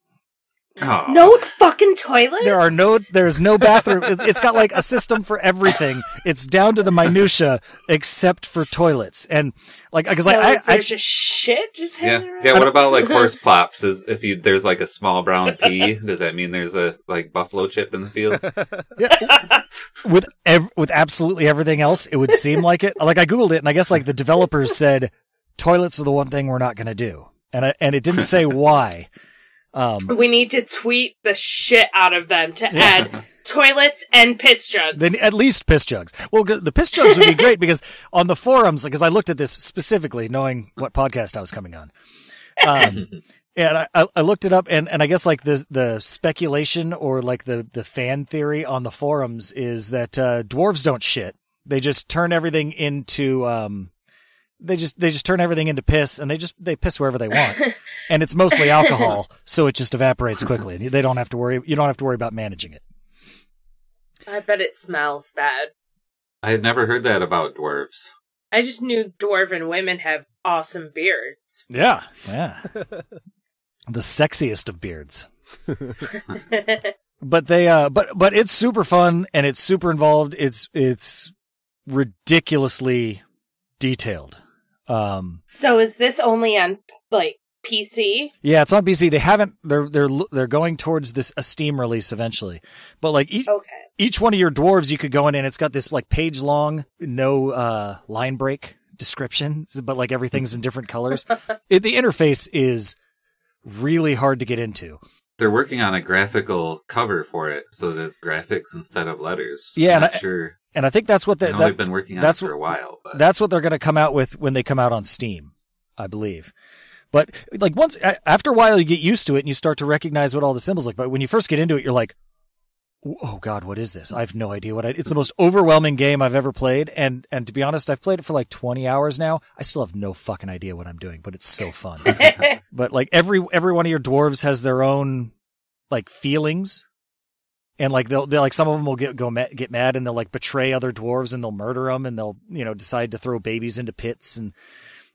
Speaker 1: Oh,
Speaker 2: No fucking toilet?
Speaker 4: Uh, There are no there's no bathroom. It's, it's got like a system for everything. It's down to the minutia except for toilets. And like cuz like I, I
Speaker 2: there's just shit just
Speaker 1: Yeah.
Speaker 2: hanging around.
Speaker 1: Yeah, what about like horse plops? Is if you there's like a small brown pea, does that mean there's a like buffalo chip in the field?
Speaker 4: with ev- with absolutely everything else, it would seem like it. Like I googled it, and I guess like the developers said, toilets are the one thing we're not going to do, and I, and it didn't say why. Um,
Speaker 2: We need to tweet the shit out of them to add toilets and piss jugs.
Speaker 4: then at least piss jugs. Well, g- the piss jugs would be great because on the forums, because I looked at this specifically, knowing what podcast I was coming on. Um, and I, I I looked it up, and, and I guess like the the speculation or like the the fan theory on the forums is that uh, dwarves don't shit; they just turn everything into um, they just they just turn everything into piss, and they just they piss wherever they want, and it's mostly alcohol, so it just evaporates quickly, and they don't have to worry you don't have to worry about managing it.
Speaker 2: I bet it smells bad.
Speaker 1: I had never heard that about dwarves.
Speaker 2: I just knew dwarven women have awesome beards.
Speaker 4: Yeah. Yeah. the sexiest of beards. But they uh but but it's super fun and it's super involved. It's it's ridiculously detailed. Um
Speaker 2: so is this only on like PC?
Speaker 4: yeah, it's on BC. They haven't they're they're l- they're going towards this a Steam release eventually. But like each
Speaker 2: Okay.
Speaker 4: each one of your dwarves you could go in and it's got this like page long no uh line break description but like everything's in different colors. it, the interface is really hard to get into.
Speaker 1: They're working on a graphical cover for it, so there's graphics instead of letters.
Speaker 4: Yeah,
Speaker 1: I'm
Speaker 4: and
Speaker 1: not
Speaker 4: I-
Speaker 1: sure.
Speaker 4: And I think that's what
Speaker 1: I
Speaker 4: the,
Speaker 1: know
Speaker 4: that,
Speaker 1: they've been working on
Speaker 4: that's
Speaker 1: it for
Speaker 4: what-
Speaker 1: a while, but
Speaker 4: that's what they're going to come out with when they come out on Steam, I believe. But like once a- after a while, you get used to it and you start to recognize what all the symbols look. But when you first get into it, you're like, "Oh God, what is this? I have no idea what I." It's the most overwhelming game I've ever played, and and to be honest, I've played it for like 20 hours now. I still have no fucking idea what I'm doing, but it's so fun. but like every every one of your dwarves has their own like feelings and like they'll they will like some of them will get go ma- get mad and they'll like betray other dwarves and they'll murder them and they'll you know decide to throw babies into pits and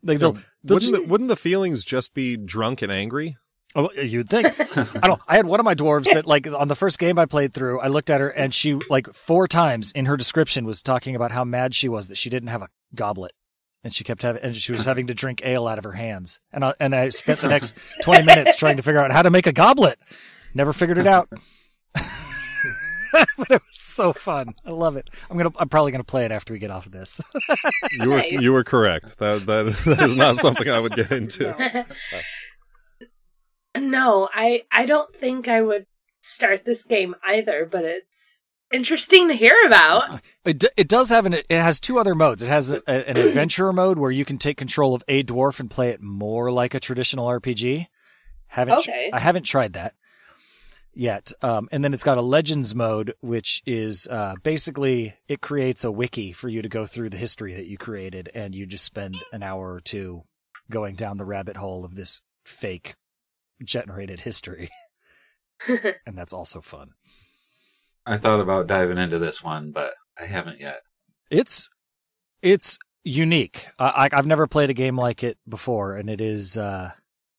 Speaker 4: like they'll, they'll
Speaker 3: Wouldn't,
Speaker 4: just,
Speaker 3: the, wouldn't the feelings just be drunk and angry?
Speaker 4: Oh, you'd think. I don't. I had one of my dwarves that, like, on the first game I played through, I looked at her and she, like, four times in her description was talking about how mad she was that she didn't have a goblet, and she kept having, and she was having to drink ale out of her hands. And I and I spent the next twenty minutes trying to figure out how to make a goblet. Never figured it out. but it was so fun. I love it. I'm gonna. I'm probably gonna play it after we get off of this.
Speaker 3: You were
Speaker 2: Nice.
Speaker 3: you were correct. That that, that is not something I would get into.
Speaker 2: no, I I don't think I would start this game either, but it's interesting to hear about.
Speaker 4: It, d- it does have an it has two other modes. It has a, a- an adventurer mode where you can take control of a dwarf and play it more like a traditional RPG. Haven't tr-
Speaker 2: Okay.
Speaker 4: I haven't tried that yet. Um, and then it's got a legends mode, which is uh, basically it creates a wiki for you to go through the history that you created, and you just spend an hour or two going down the rabbit hole of this fake generated history, and that's also fun.
Speaker 1: I thought about diving into this one, but I haven't yet.
Speaker 4: It's it's unique. I, I I've never played a game like it before, and it is uh,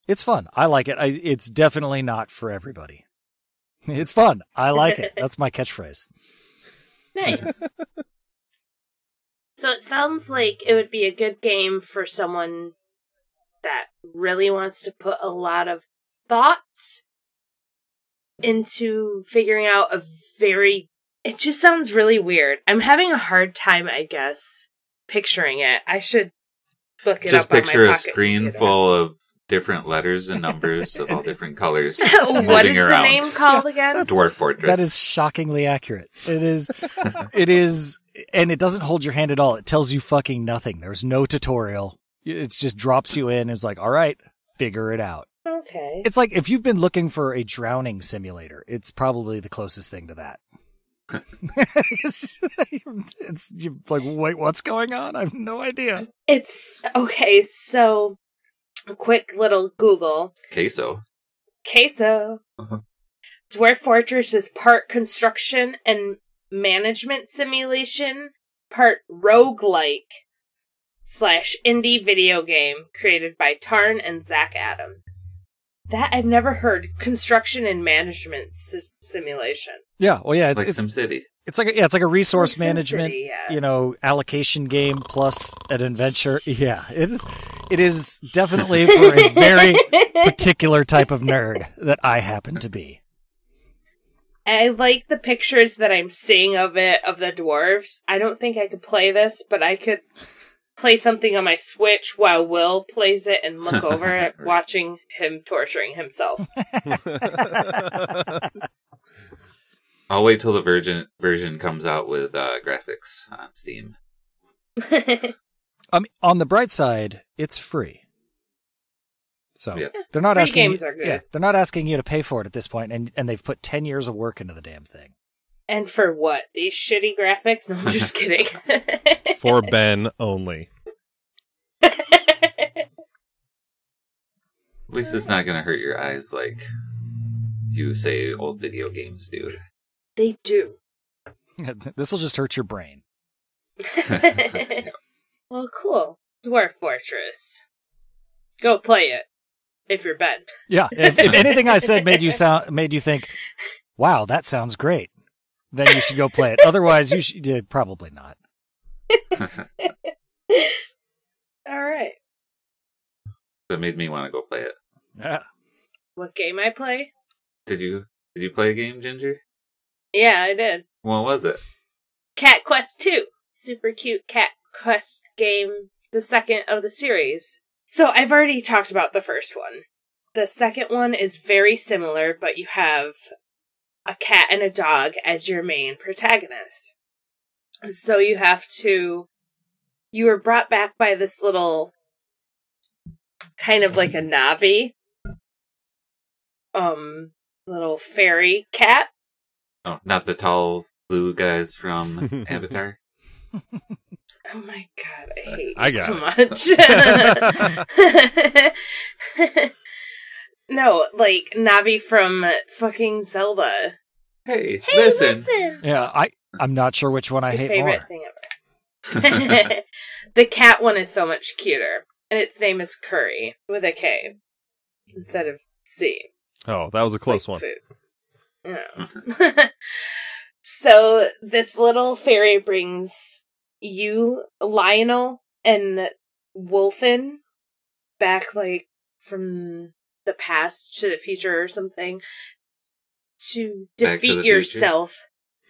Speaker 4: it's fun. I like it. I, it's definitely not for everybody. It's fun. I like it. That's my catchphrase.
Speaker 2: Nice. so it sounds like it would be a good game for someone that really wants to put a lot of thought into figuring out a very it just sounds really weird. I'm having a hard time, I guess, picturing it. I should look it
Speaker 1: Just
Speaker 2: up. on my
Speaker 1: picture a
Speaker 2: pocket
Speaker 1: screen
Speaker 2: computer.
Speaker 1: full of different letters and numbers of all different colors
Speaker 2: what
Speaker 1: moving
Speaker 2: is
Speaker 1: around.
Speaker 2: the name called again?
Speaker 1: Dwarf Fortress.
Speaker 4: That is shockingly accurate. It is. it is, and it doesn't hold your hand at all. It tells you fucking nothing. There's no tutorial. It just drops you in. It's like, all right, figure it out.
Speaker 2: okay.
Speaker 4: It's like if you've been looking for a drowning simulator, it's probably the closest thing to that. it's, it's- you're like, wait, what's going on? I have no idea.
Speaker 2: It's okay, so a quick little Google.
Speaker 1: Queso.
Speaker 2: Queso.
Speaker 1: Uh-huh.
Speaker 2: Dwarf Fortress is part construction and management simulation, part roguelike slash indie video game created by Tarn and Zach Adams. That I've never heard. Construction and management si- simulation.
Speaker 4: Yeah, well, yeah, it's
Speaker 1: like
Speaker 4: it's,
Speaker 1: SimCity.
Speaker 4: it's like a, yeah, it's like a resource
Speaker 2: Like SimCity,
Speaker 4: management,
Speaker 2: yeah.
Speaker 4: you know, allocation game plus an adventure. Yeah, it is. It is definitely for a very particular type of nerd that I happen to be.
Speaker 2: I like the pictures that I'm seeing of it of the dwarves. I don't think I could play this, but I could play something on my Switch while Will plays it and look over it, watching him torturing himself.
Speaker 1: I'll wait till the Virgin version comes out with uh, graphics on Steam.
Speaker 4: Um, on the bright side, it's free. So
Speaker 1: Yeah.
Speaker 4: they're not
Speaker 2: Free
Speaker 4: asking.
Speaker 2: games
Speaker 4: you,
Speaker 2: are good.
Speaker 4: Yeah, they're not asking you to pay for it at this point, and and they've put ten years of work into the damn thing.
Speaker 2: and for what? These shitty graphics? No, I'm just kidding.
Speaker 3: For Ben only.
Speaker 1: At least it's not going to hurt your eyes like you say old video games do.
Speaker 2: they do.
Speaker 4: this will just hurt your brain.
Speaker 2: well, cool. Dwarf Fortress. Go play it if you're Ben.
Speaker 4: Yeah. If, if anything I said made you sound made you think, "Wow, that sounds great," then you should go play it. Otherwise, you should yeah, probably not.
Speaker 2: All right.
Speaker 1: That made me want to go play it.
Speaker 4: Yeah.
Speaker 2: What game I play?
Speaker 1: Did you? Did you play a game, Ginger?
Speaker 2: Yeah, I did.
Speaker 1: What was it?
Speaker 2: Cat Quest 2. Super cute Cat Quest game, the second of the series. So I've already talked about the first one. The second one is very similar, but you have a cat and a dog as your main protagonist. So you have to. You are brought back by this little. kind of like a Navi. Um, little fairy cat.
Speaker 1: Oh, not the tall blue guys from Avatar.
Speaker 2: Oh my god, I
Speaker 1: Sorry.
Speaker 2: hate
Speaker 3: I
Speaker 2: you
Speaker 3: got
Speaker 2: so much. no, like Navi from fucking Zelda.
Speaker 1: Hey,
Speaker 6: Hey,
Speaker 1: listen.
Speaker 6: listen.
Speaker 4: Yeah, I I'm not sure which one I
Speaker 2: Your
Speaker 4: hate
Speaker 2: favorite
Speaker 4: more.
Speaker 2: thing ever. the cat one is so much cuter, and its name is Curry with a K instead of C.
Speaker 3: Oh, that was a close one.
Speaker 2: like food. Yeah. so this little fairy brings you, Lionel, and Wolfen back, like from the past to the future or something, to
Speaker 1: Back to the
Speaker 2: defeat
Speaker 1: future?
Speaker 2: yourself.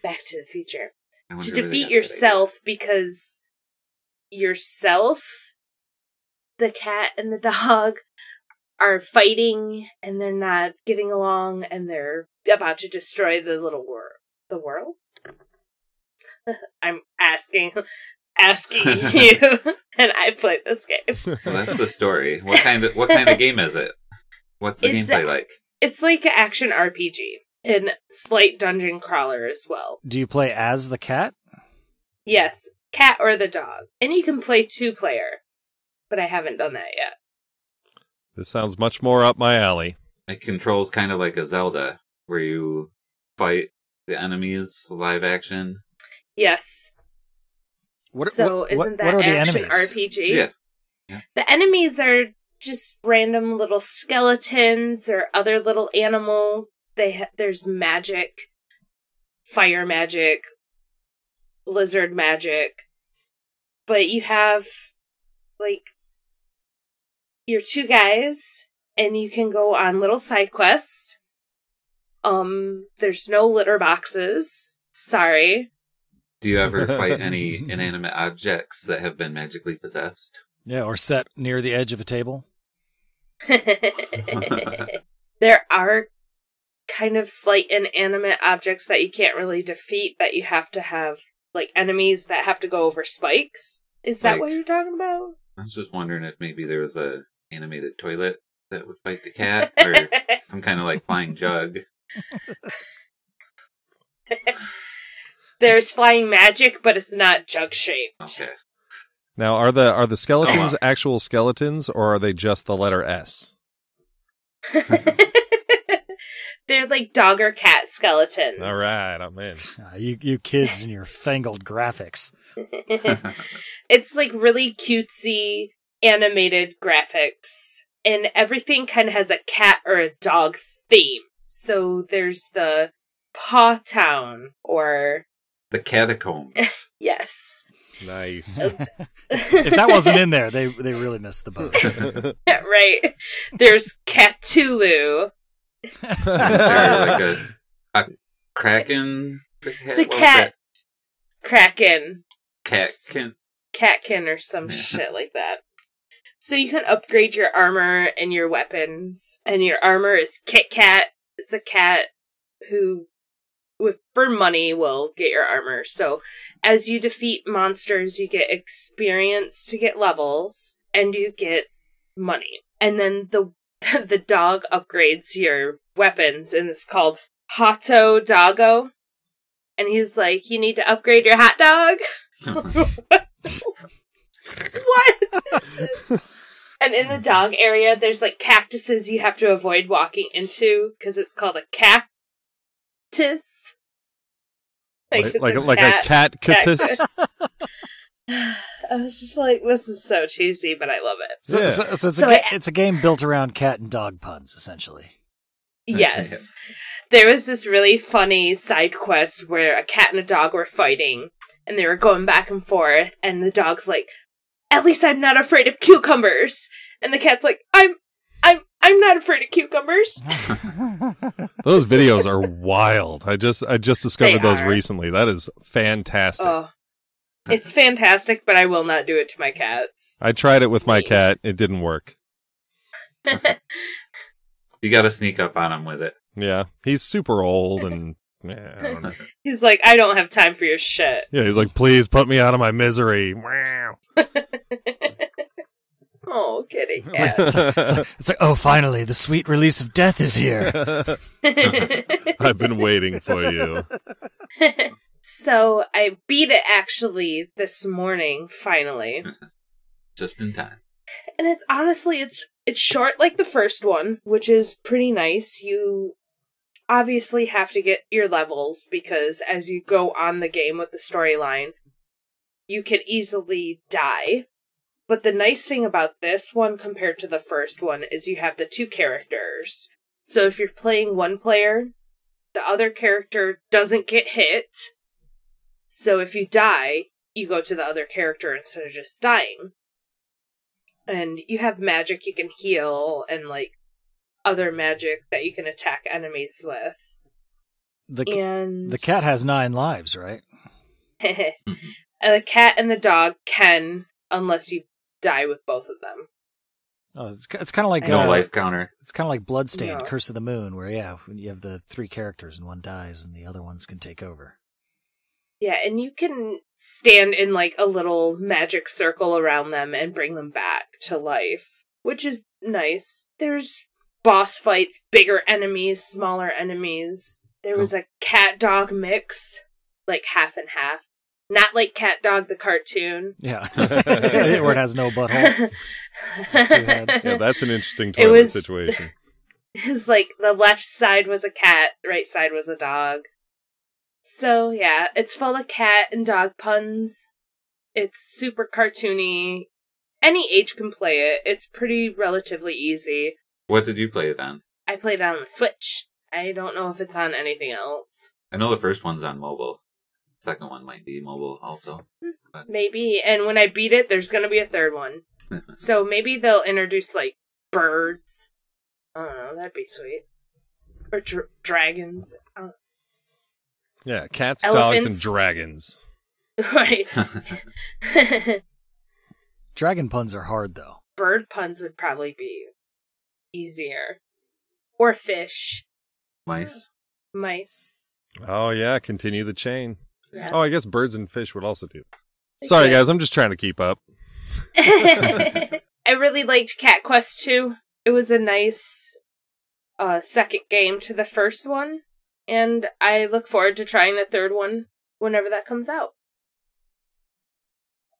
Speaker 2: Back to the future
Speaker 1: I wonder
Speaker 2: to
Speaker 1: where they
Speaker 2: defeat
Speaker 1: got that
Speaker 2: yourself because yourself, the cat and the dog, are fighting and they're not getting along and they're about to destroy the little world. The world? I'm asking, asking you, and I play this game.
Speaker 1: idea. So that's the story. What kind of what kind of game is it? What's the
Speaker 2: It's a-
Speaker 1: gameplay like?
Speaker 2: It's like an action RPG and slight dungeon crawler as well.
Speaker 4: Do you play as the cat?
Speaker 2: Yes, cat or the dog. And you can play two player, but I haven't done that yet.
Speaker 3: This sounds much more up my alley.
Speaker 1: It controls kind of like a Zelda, where you fight the enemies live action.
Speaker 2: Yes.
Speaker 4: What,
Speaker 2: so
Speaker 4: what-
Speaker 2: isn't
Speaker 4: what-
Speaker 2: that
Speaker 4: what are the
Speaker 2: action
Speaker 4: enemies?
Speaker 2: RPG?
Speaker 1: Yeah.
Speaker 2: The enemies are just random little skeletons or other little animals. They ha- there's magic, fire magic, blizzard magic, but you have like your two guys, and you can go on little side quests. Um, there's no litter boxes. Sorry.
Speaker 1: Do you ever fight any inanimate objects that have been magically possessed?
Speaker 4: Yeah, or set near the edge of a table.
Speaker 2: there are kind of slight inanimate objects that you can't really defeat that you have to have like enemies that have to go over spikes. Is that
Speaker 1: Like-
Speaker 2: what you're talking about?
Speaker 1: I was just wondering if maybe there was a animated toilet that would fight the cat, or some kind of like flying jug.
Speaker 2: There's flying magic, but it's not jug shaped.
Speaker 1: Okay.
Speaker 3: Now, are the are the skeletons
Speaker 1: Oh, wow.
Speaker 3: actual skeletons, or are they just the letter S? Oh.
Speaker 2: They're like dog or cat skeletons.
Speaker 3: All right, I'm in.
Speaker 4: Ah, you you kids and your fangled graphics.
Speaker 2: it's like really cutesy animated graphics and everything kind of has a cat or a dog theme so there's the paw town or
Speaker 1: The catacombs.
Speaker 2: yes
Speaker 3: Nice.
Speaker 4: If that wasn't in there, they they really missed the boat.
Speaker 2: right there's catulu
Speaker 1: Is there like a, a kraken? The cat.
Speaker 2: the
Speaker 1: what was that?
Speaker 2: cat kraken
Speaker 1: Cat. Can,
Speaker 2: catkin or some
Speaker 1: Yeah.
Speaker 2: shit like that so you can upgrade your armor and your weapons and your armor is kit kat it's a cat who with for money will get your armor so as you defeat monsters you get experience to get levels and you get money and then the the dog upgrades your weapons and it's called Hato Doggo and he's like you need to upgrade your hot dog what? and in the dog area, there's like cactuses you have to avoid walking into because it's called a cactus.
Speaker 3: like
Speaker 2: it's
Speaker 3: like, like a cat catus.
Speaker 2: I was just like, this is so cheesy, but I love it.
Speaker 4: So,
Speaker 3: Yeah.
Speaker 4: so, so it's a
Speaker 2: So
Speaker 4: ga-
Speaker 2: I-
Speaker 4: it's a game built around cat and dog puns, essentially.
Speaker 2: Yes. There was this really funny side quest where a cat and a dog were fighting and they were going back and forth and the dog's like, At least I'm not afraid of cucumbers and the cat's like, I'm I'm I'm not afraid of cucumbers.
Speaker 3: Those videos are wild. I just I just discovered
Speaker 2: They
Speaker 3: those
Speaker 2: are.
Speaker 3: recently. That is fantastic.
Speaker 2: Oh. It's fantastic, but I will not do it to my cats.
Speaker 3: I tried it with my cat. It didn't work.
Speaker 1: You got to sneak up on him with it.
Speaker 3: Yeah, he's super old and yeah, I don't know.
Speaker 2: He's like, I don't have time for your shit.
Speaker 3: yeah. He's like, please put me out of my misery. Wow.
Speaker 2: Oh, kitty
Speaker 4: It's like- it's, like, it's like, oh, finally, the sweet release of death is here.
Speaker 2: cat.
Speaker 3: I've been waiting for you.
Speaker 2: so I beat it actually this morning, finally.
Speaker 1: Just in time.
Speaker 2: and it's honestly it's it's short like the first one which is pretty nice you obviously have to get your levels because as you go on the game with the storyline, you can easily die. But the nice thing about this one compared to the first one is you have the two characters. So if you're playing one player, the other character doesn't get hit. So if you die, you go to the other character instead of just dying. And you have magic you can heal and like other magic that you can attack enemies with.
Speaker 4: The c-
Speaker 2: And
Speaker 4: the cat Mm-hmm. has nine lives, right?
Speaker 2: and uh, the cat and the dog can unless you die with both of them.
Speaker 4: Oh, it's it's kind of like
Speaker 1: No
Speaker 2: Yeah.
Speaker 4: uh,
Speaker 1: life counter.
Speaker 4: It's kind of like Bloodstained,
Speaker 2: No.
Speaker 4: Curse of the Moon, where yeah, when you have the three characters and one dies and the other ones can take over.
Speaker 2: Yeah, and you can stand in like a little magic circle around them and bring them back to life, which is nice. There's boss fights, bigger enemies, smaller enemies. There was a cat dog mix, like half and half. Not like Cat Dog the cartoon.
Speaker 4: Yeah, where it has no butthole. Oh. Just two heads.
Speaker 3: Yeah, that's an interesting
Speaker 2: It
Speaker 3: toilet
Speaker 2: was-
Speaker 3: situation.
Speaker 2: is like the left side was a cat, right side was a dog. So yeah, it's full of cat and dog puns. It's super cartoony. Any age can play it. It's pretty relatively easy.
Speaker 1: What did you play it on?
Speaker 2: I played it on the Switch. I don't know if it's on anything else.
Speaker 1: I know the first one's on mobile. Second one might be mobile also.
Speaker 2: Maybe. And when I beat it, there's gonna be a third one. So maybe they'll introduce like birds. I don't know. That'd be sweet. Or dr- dragons. I don't
Speaker 3: Yeah, cats, dogs, and
Speaker 2: Elephants.
Speaker 3: dragons.
Speaker 2: Right.
Speaker 4: Dragon puns are hard though.
Speaker 2: Bird puns would probably be easier. Or fish,
Speaker 1: Mice.
Speaker 2: mice.
Speaker 3: Oh yeah, continue the chain.
Speaker 2: Yeah.
Speaker 3: Oh, I guess birds and fish would also do. Sorry guys, I'm just trying to keep up.
Speaker 2: I really liked Cat Quest 2. It was a nice uh, second game to the first one, and I look forward to trying the third one whenever that comes out.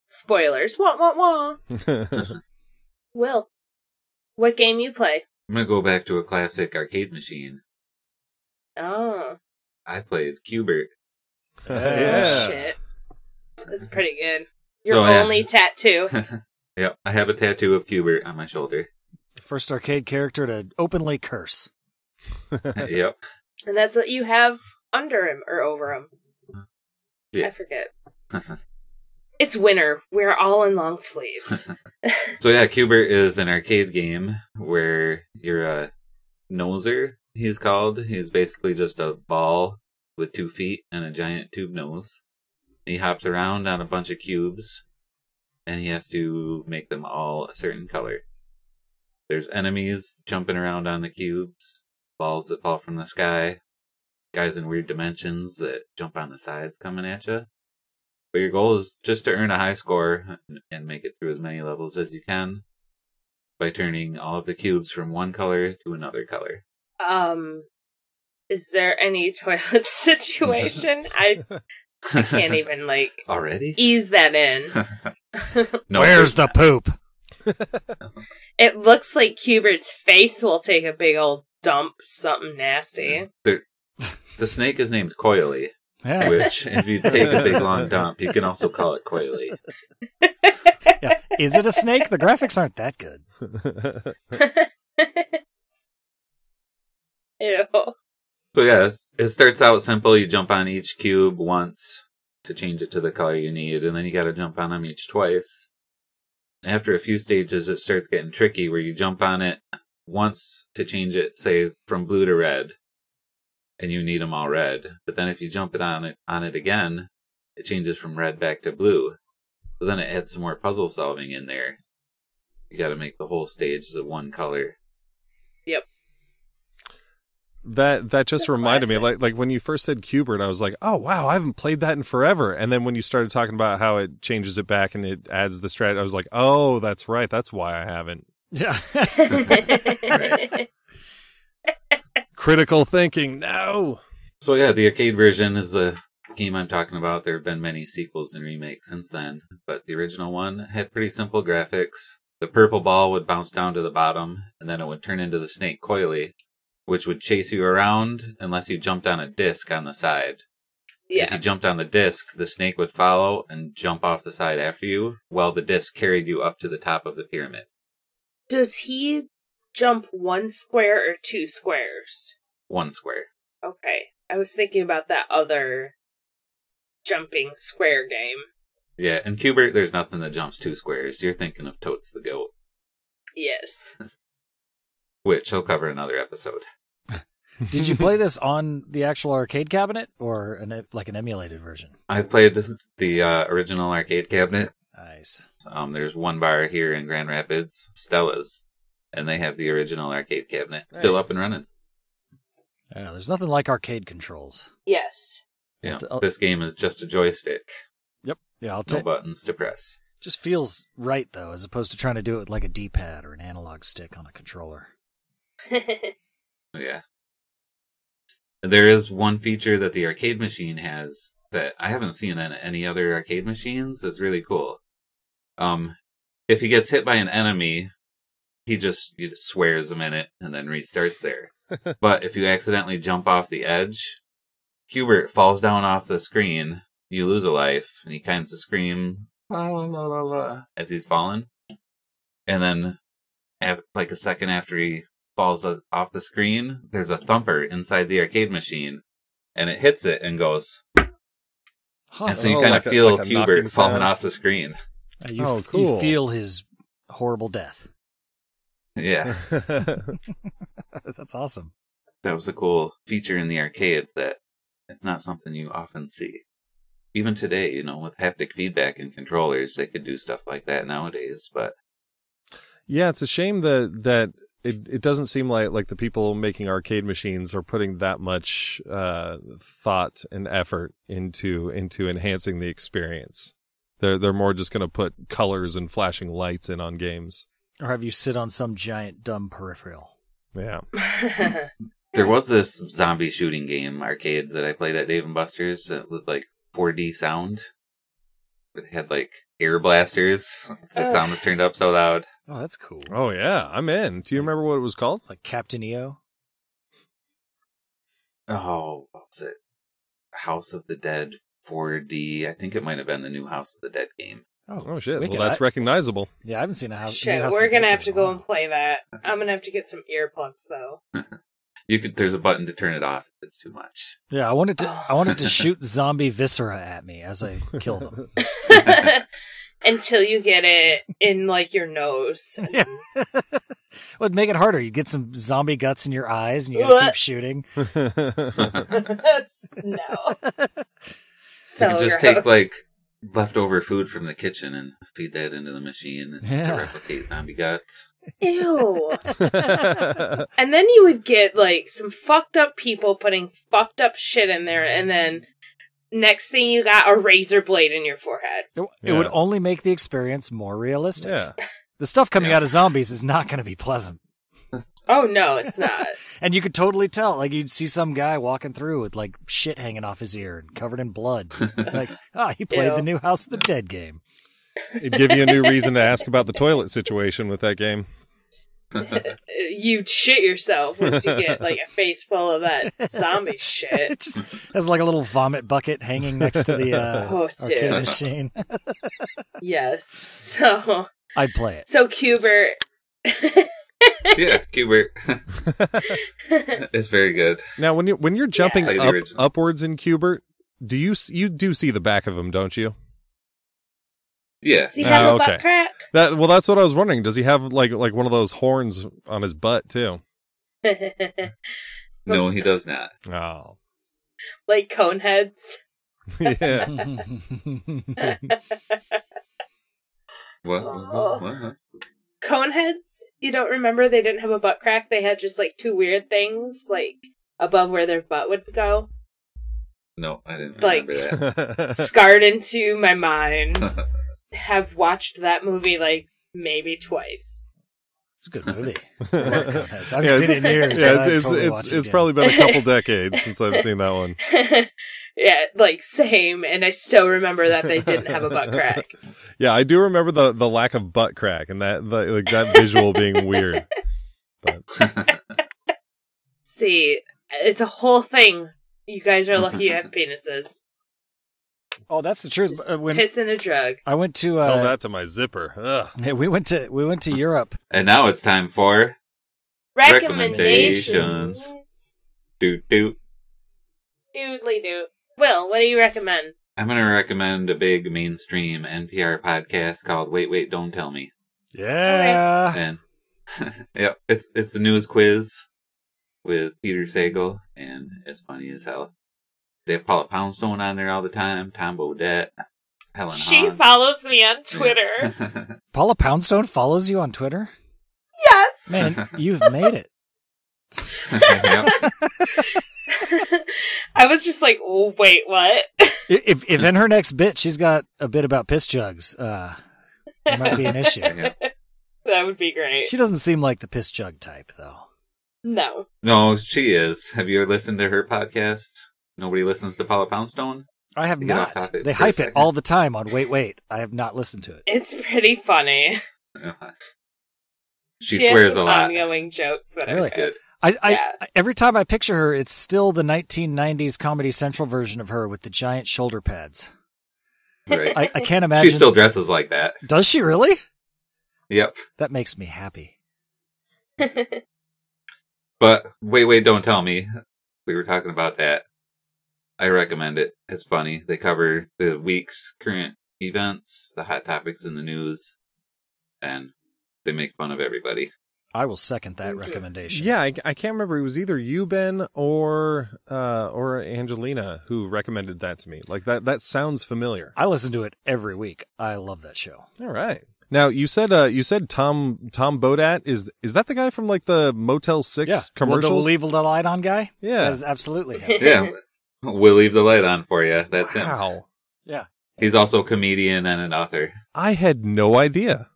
Speaker 2: Spoilers. Wah wah wah. Will, what game you play?
Speaker 1: I'm gonna go back to a classic arcade machine.
Speaker 2: Oh,
Speaker 1: I played Cubert.
Speaker 3: Yeah.
Speaker 2: shit. That's pretty good. Your
Speaker 1: So, yeah.
Speaker 2: only tattoo.
Speaker 1: Yep, I have a tattoo of Cubert on my shoulder.
Speaker 4: The first arcade character to openly curse.
Speaker 1: yep.
Speaker 2: And that's what you have under him or over him. I
Speaker 1: Yeah.
Speaker 2: forget. It's winter. We're all in long sleeves.
Speaker 1: So yeah, Cubert is an arcade game where you're a noser. He's called. He's basically just a ball with two feet and a giant tube nose. He hops around on a bunch of cubes, and he has to make them all a certain color. There's enemies jumping around on the cubes, balls that fall from the sky, guys in weird dimensions that jump on the sides coming at you. But your goal is just to earn a high score and- and make it through as many levels as you can by turning all of the cubes from one color to another color.
Speaker 2: um, is there any toilet situation? I can't even like
Speaker 1: Already?
Speaker 2: ease that in.
Speaker 1: no,
Speaker 4: Where's the poop?
Speaker 2: It looks like Cubert's face will take a big old dump, something nasty.
Speaker 1: the the snake is named Coily,
Speaker 4: Yeah.
Speaker 1: which if you take a big long dump, you can also call it Coily.
Speaker 4: yeah. Is it a snake? The graphics aren't that good.
Speaker 2: Oh, Ew.
Speaker 1: So yeah, it's- it starts out simple. You jump on each cube once to change it to the color you need, and then you got to jump on them each twice. After a few stages, it starts getting tricky where you jump on it once to change it, say from blue to red, and you need them all red. But then if you jump it on it on it again, it changes from red back to blue. So then it adds some more puzzle solving in there. You got to make the whole stage the one color.
Speaker 3: That that just
Speaker 2: That's
Speaker 3: reminded me,
Speaker 2: classic.
Speaker 3: like like when you first said Cubert, I was like, oh wow, I haven't played that in forever. And then when you started talking about how it changes it back and it adds the strat, I was like, oh, that's right, that's why I haven't.
Speaker 4: Yeah.
Speaker 3: Critical thinking, no.
Speaker 1: So yeah, the arcade version is the game I'm talking about. There have been many sequels and remakes since then, but the original one had pretty simple graphics. The purple ball would bounce down to the bottom, and then it would turn into the snake coily, which would chase you around unless you jumped on a disc on the side. If you
Speaker 2: Yeah.
Speaker 1: jumped on the disc, the snake would follow and jump off the side after you, while the disc carried you up to the top of the pyramid.
Speaker 2: Does he jump one square or two squares?
Speaker 1: One square.
Speaker 2: Okay. I was thinking about that other jumping square game.
Speaker 1: Yeah, in Cubert, there's nothing that jumps two squares. You're thinking of Totes the Goat,
Speaker 2: Yes.
Speaker 1: which he'll cover another episode.
Speaker 4: Did you play this on the actual arcade cabinet or an, like an emulated version?
Speaker 1: I played the uh, original arcade cabinet.
Speaker 4: Nice.
Speaker 1: Um, there's one bar here in Grand Rapids, Stella's, and they have the original arcade cabinet still
Speaker 4: Nice.
Speaker 1: up and running.
Speaker 4: Yeah, there's nothing like arcade controls.
Speaker 2: Yes.
Speaker 1: Yeah,
Speaker 4: I'll-
Speaker 1: this game is just a joystick,
Speaker 4: Yep. Yeah, I'll
Speaker 1: no
Speaker 4: take.
Speaker 1: buttons to press.
Speaker 4: Just feels right though, as opposed to trying to do it with like a D-pad or an analog stick on a controller.
Speaker 1: Oh, Yeah. There is one feature that the arcade machine has that I haven't seen on any other arcade machines. It's really cool. Um, if he gets hit by an enemy, he just, he just swears a minute and then restarts there. but if you accidentally jump off the edge, Hubert falls down off the screen. You lose a life, and he kinds of scream la, la, la, la, la, as he's fallen. And then, af- like a second after he falls o- off the screen, there's a thumper inside the arcade machine, and it hits it and goes.
Speaker 4: Huh.
Speaker 1: And so you
Speaker 3: Oh,
Speaker 1: kind
Speaker 3: like
Speaker 1: of
Speaker 3: a-
Speaker 1: feel
Speaker 3: like a knocking
Speaker 1: Hubert falling
Speaker 3: sound.
Speaker 1: off the screen.
Speaker 4: Uh, you,
Speaker 3: Oh,
Speaker 4: f-
Speaker 3: cool.
Speaker 4: You feel his horrible death.
Speaker 1: Yeah,
Speaker 4: That's awesome.
Speaker 1: that was a cool feature in the arcade that it's not something you often see. Even today, you know, with haptic feedback and controllers, they could do stuff like that nowadays, but
Speaker 3: yeah, it's a shame that that it, it doesn't seem like like the people making arcade machines are putting that much uh, thought and effort into into enhancing the experience. They're they're more just going to put colors and flashing lights in on games.
Speaker 4: Or have you sit on some giant dumb peripheral?
Speaker 3: Yeah.
Speaker 1: There was this zombie shooting game arcade that I played at Dave and Buster's that with like 4D sound. It had like air blasters. The
Speaker 2: Ugh.
Speaker 1: sound was turned up so loud.
Speaker 4: Oh, that's cool.
Speaker 3: Oh yeah, I'm in. Do you remember what it was called?
Speaker 4: Like Captain E EO.
Speaker 1: Oh, what was it? House of the Dead 4D. I think it might have been the new House of the Dead game.
Speaker 3: Oh shit.
Speaker 4: wicked.
Speaker 3: Well, that's
Speaker 4: I-
Speaker 3: recognizable.
Speaker 4: Yeah, I haven't seen a house. new
Speaker 2: Shit,
Speaker 4: house
Speaker 2: we're
Speaker 4: in the
Speaker 2: gonna
Speaker 4: game
Speaker 2: have
Speaker 4: in
Speaker 2: to
Speaker 4: a
Speaker 2: go
Speaker 4: while.
Speaker 2: and play that. I'm gonna have to get some earplugs though.
Speaker 1: You could. There's a button to turn it off if it's too much.
Speaker 4: Yeah, I wanted to. I wanted to shoot zombie viscera at me as I kill them.
Speaker 2: Until you get it in like your nose.
Speaker 4: yeah. Would make it harder. You'd get some zombie guts in your eyes, and you gotta keep
Speaker 2: What?
Speaker 4: shooting.
Speaker 2: no. So
Speaker 1: you could just
Speaker 2: gross.
Speaker 1: take like leftover food from the kitchen and feed that into the machine and to
Speaker 4: Yeah.
Speaker 1: replicate zombie guts.
Speaker 2: Ew. And then you would get like some fucked up people putting fucked up shit in there, and then next thing you got a razor blade in your forehead.
Speaker 4: It, it would
Speaker 3: Yeah.
Speaker 4: only make the experience more realistic.
Speaker 3: yeah.
Speaker 4: The stuff coming
Speaker 1: Yeah.
Speaker 4: out of zombies is not going to be pleasant.
Speaker 2: Oh no, it's not.
Speaker 4: And you could totally tell. Like, you'd see some guy walking through with, like, shit hanging off his ear and covered in blood. like, ah, he played
Speaker 2: Ew.
Speaker 4: the new House of the Dead game.
Speaker 3: It'd give you a new reason to ask about the toilet situation with that game.
Speaker 2: You'd shit yourself once you get like a face full of that zombie shit.
Speaker 4: It just has, like, a little vomit bucket hanging next to the uh,
Speaker 2: Oh,
Speaker 4: arcade
Speaker 2: dude.
Speaker 4: machine.
Speaker 2: Yes. So
Speaker 4: I'd play it.
Speaker 2: so Cubert
Speaker 1: yeah, Cubert. it's very good.
Speaker 3: Now, when you when you're jumping
Speaker 1: Play the
Speaker 3: up,
Speaker 1: original.
Speaker 3: upwards in Cubert, do you s- you do see the back of him, don't you?
Speaker 1: Yeah.
Speaker 2: does he
Speaker 3: Oh,
Speaker 2: have a
Speaker 3: okay.
Speaker 2: butt crack?
Speaker 3: That well, that's what I was wondering. Does he have like like one of those horns on his butt too?
Speaker 1: No, he does not.
Speaker 3: Oh,
Speaker 2: like cone heads.
Speaker 3: yeah.
Speaker 1: What?
Speaker 2: Oh. Cone heads, you don't remember they didn't have a butt crack, they had just like two weird things like above where their butt would go.
Speaker 1: No, I didn't
Speaker 2: Like-
Speaker 1: remember that.
Speaker 2: scarred into my mind. Have watched that movie like maybe twice.
Speaker 4: it's a good movie.
Speaker 3: yeah,
Speaker 4: Coneheads. I haven't seen it in years. but I'd
Speaker 3: it's
Speaker 4: totally watch
Speaker 3: it's,
Speaker 4: it
Speaker 3: it's
Speaker 4: again.
Speaker 3: probably been a couple decades since I've seen that one.
Speaker 2: yeah, like same, and I still remember that they didn't have a butt crack.
Speaker 3: Yeah, I do remember the the lack of butt crack and that the, like that visual being weird.
Speaker 2: see. It's a whole thing. You guys are lucky you have penises.
Speaker 4: Oh, that's the truth. Uh, when
Speaker 2: Piss in a jug.
Speaker 4: I went to
Speaker 3: Tell
Speaker 4: uh,
Speaker 3: that to my zipper. Ugh.
Speaker 4: yeah, we went to we went to Europe.
Speaker 1: And now it's time for Recommendations.
Speaker 2: Recommendations.
Speaker 1: Doot Doot.
Speaker 2: Doodly doo. Will, what do you recommend?
Speaker 1: I'm going to recommend a big mainstream NPR podcast called Wait, Wait, Don't Tell Me.
Speaker 2: Ah.
Speaker 4: Yeah.
Speaker 1: And yeah, it's it's the news quiz with Peter Sagal, and it's funny as hell. They have Paula Poundstone on there all the time, Tom Bodette, Helen
Speaker 2: She
Speaker 1: Hahn.
Speaker 2: follows me on
Speaker 1: Yeah.
Speaker 2: Twitter.
Speaker 4: Paula Poundstone follows you on Twitter.
Speaker 2: yes!
Speaker 4: Man, you've made it.
Speaker 1: Yep.
Speaker 2: I was just like, oh, wait, what?
Speaker 4: If, if in her next bit she's got a bit about piss jugs, uh, it might be an issue.
Speaker 1: Yeah.
Speaker 2: That would be great.
Speaker 4: She doesn't seem like the piss jug type, though.
Speaker 2: No.
Speaker 1: No, she is. Have you ever listened to her podcast? Nobody listens to Paula Poundstone.
Speaker 4: I have
Speaker 1: To get off
Speaker 4: not.
Speaker 1: topic
Speaker 4: They
Speaker 1: for a
Speaker 4: hype it
Speaker 1: second.
Speaker 4: all the time on Wait Wait. I have not listened to it.
Speaker 2: It's pretty funny.
Speaker 1: She,
Speaker 2: has
Speaker 1: swears a
Speaker 2: some
Speaker 1: lot.
Speaker 2: Ongoing jokes that
Speaker 4: Really?
Speaker 2: are good.
Speaker 4: I, I
Speaker 2: Yeah.
Speaker 4: every time I picture her, it's still the 1990s Comedy Central version of her with the giant shoulder pads.
Speaker 1: Right.
Speaker 4: I, I can't
Speaker 1: she
Speaker 4: imagine.
Speaker 1: still dresses like that.
Speaker 4: Does she really?
Speaker 1: Yep.
Speaker 4: That makes me happy.
Speaker 1: But wait, wait, don't tell me. We were talking about that. I recommend it. It's funny. They cover the week's current events, the hot topics in the news, and they make fun of everybody.
Speaker 4: I will second that
Speaker 2: Me too.
Speaker 4: recommendation.
Speaker 3: Yeah, I, I can't remember. It was either you, Ben, or uh, or Angelina who recommended that to me. Like that. That sounds familiar.
Speaker 4: I listen to it every week. I love that show.
Speaker 3: All right. Now you said uh, you said Tom Tom Bodat is is that the guy from like the Motel Six
Speaker 4: yeah,
Speaker 3: commercials?
Speaker 4: Will the leave the light on guy?
Speaker 3: Yeah.
Speaker 4: that is absolutely him.
Speaker 1: Yeah. we'll leave the light on for you. That's him.
Speaker 3: wow.
Speaker 4: yeah,
Speaker 1: He's also a comedian and an author.
Speaker 3: I had no idea.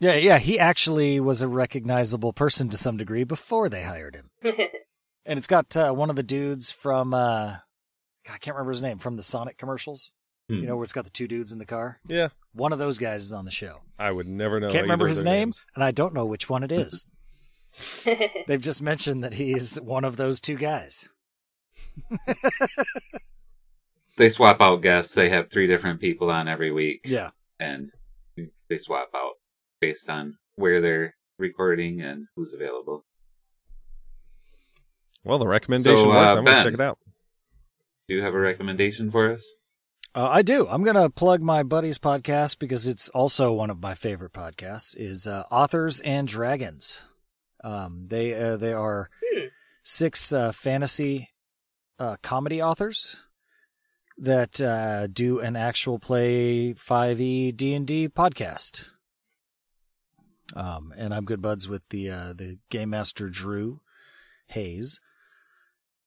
Speaker 4: yeah, yeah. He actually was a recognizable person to some degree before they hired him. And it's got uh, one of the dudes from uh, I can't remember his name from the Sonic commercials.
Speaker 1: Hmm.
Speaker 4: You know where it's got the two dudes in the car.
Speaker 3: Yeah.
Speaker 4: One of those guys is on the show.
Speaker 3: I would never know.
Speaker 4: can't remember
Speaker 3: either of
Speaker 4: his
Speaker 3: their
Speaker 4: name,
Speaker 3: names.
Speaker 4: and I don't know which one it is. They've just mentioned that he's one of those two guys.
Speaker 1: They swap out guests. They have three different people on every week.
Speaker 4: Yeah,
Speaker 1: and they swap out based on where they're recording and who's available.
Speaker 3: Well, the recommendation
Speaker 1: So, uh,
Speaker 3: worked. I'm
Speaker 1: Ben.
Speaker 3: gonna check it out.
Speaker 1: Do you have a recommendation for us?
Speaker 4: uh, I do. I'm gonna plug my buddy's podcast because it's also one of my favorite podcasts. Is uh, Authors and Dragons. Um, they uh, they are
Speaker 2: Hmm.
Speaker 4: six uh, fantasy uh, comedy authors that uh, do an actual play E 5e d&d podcast um, and i'm good buds with the uh, the game master drew hayes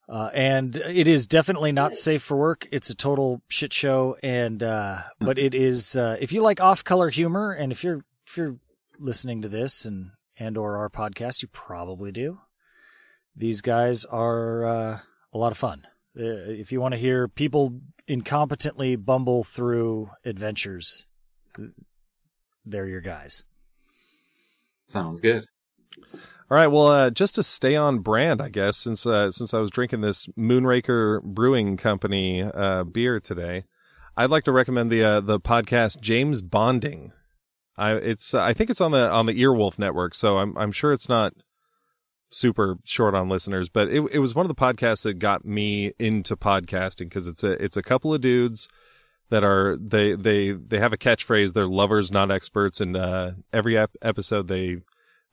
Speaker 4: uh, and it is definitely not
Speaker 2: Nice.
Speaker 4: safe for work it's a total shit show and uh, but it is uh, if you like off color humor and if you're if you're listening to this and and or our podcast you probably do these guys are uh, a lot of fun. Uh, If you want to hear people incompetently bumble through adventures, they're your guys.
Speaker 1: Sounds good.
Speaker 3: All right. Well, uh, just to stay on brand, I guess, since uh, since I was drinking this Moonraker Brewing Company uh, beer today, I'd like to recommend the uh, the podcast James Bonding. I it's uh, I think it's on the on the Earwolf Network, so I'm I'm sure it's not super short on listeners, but it it was one of the podcasts that got me into podcasting because it's a it's a couple of dudes that are they they they have a catchphrase they're lovers not experts and uh every ep- episode they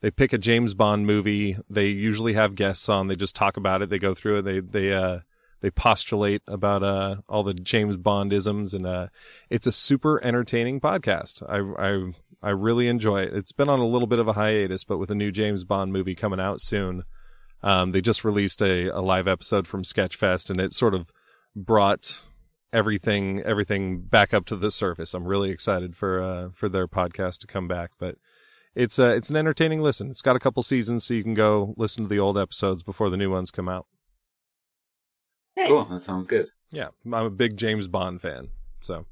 Speaker 3: they pick a James Bond movie. They usually have guests on. They just talk about it. They go through it. They they uh they postulate about uh all the James Bond isms and uh it's a super entertaining podcast. I I I really enjoy it. It's been on a little bit of a hiatus, but with a new James Bond movie coming out soon, um they just released a, a live episode from Sketchfest and it sort of brought everything everything back up to the surface. I'm really excited for uh for their podcast to come back, but it's uh it's an entertaining listen. It's got a couple seasons, so you can go listen to the old episodes before the new ones come out.
Speaker 1: Cool. That
Speaker 2: Nice.
Speaker 1: sounds good.
Speaker 3: Yeah, I'm a big James Bond fan, so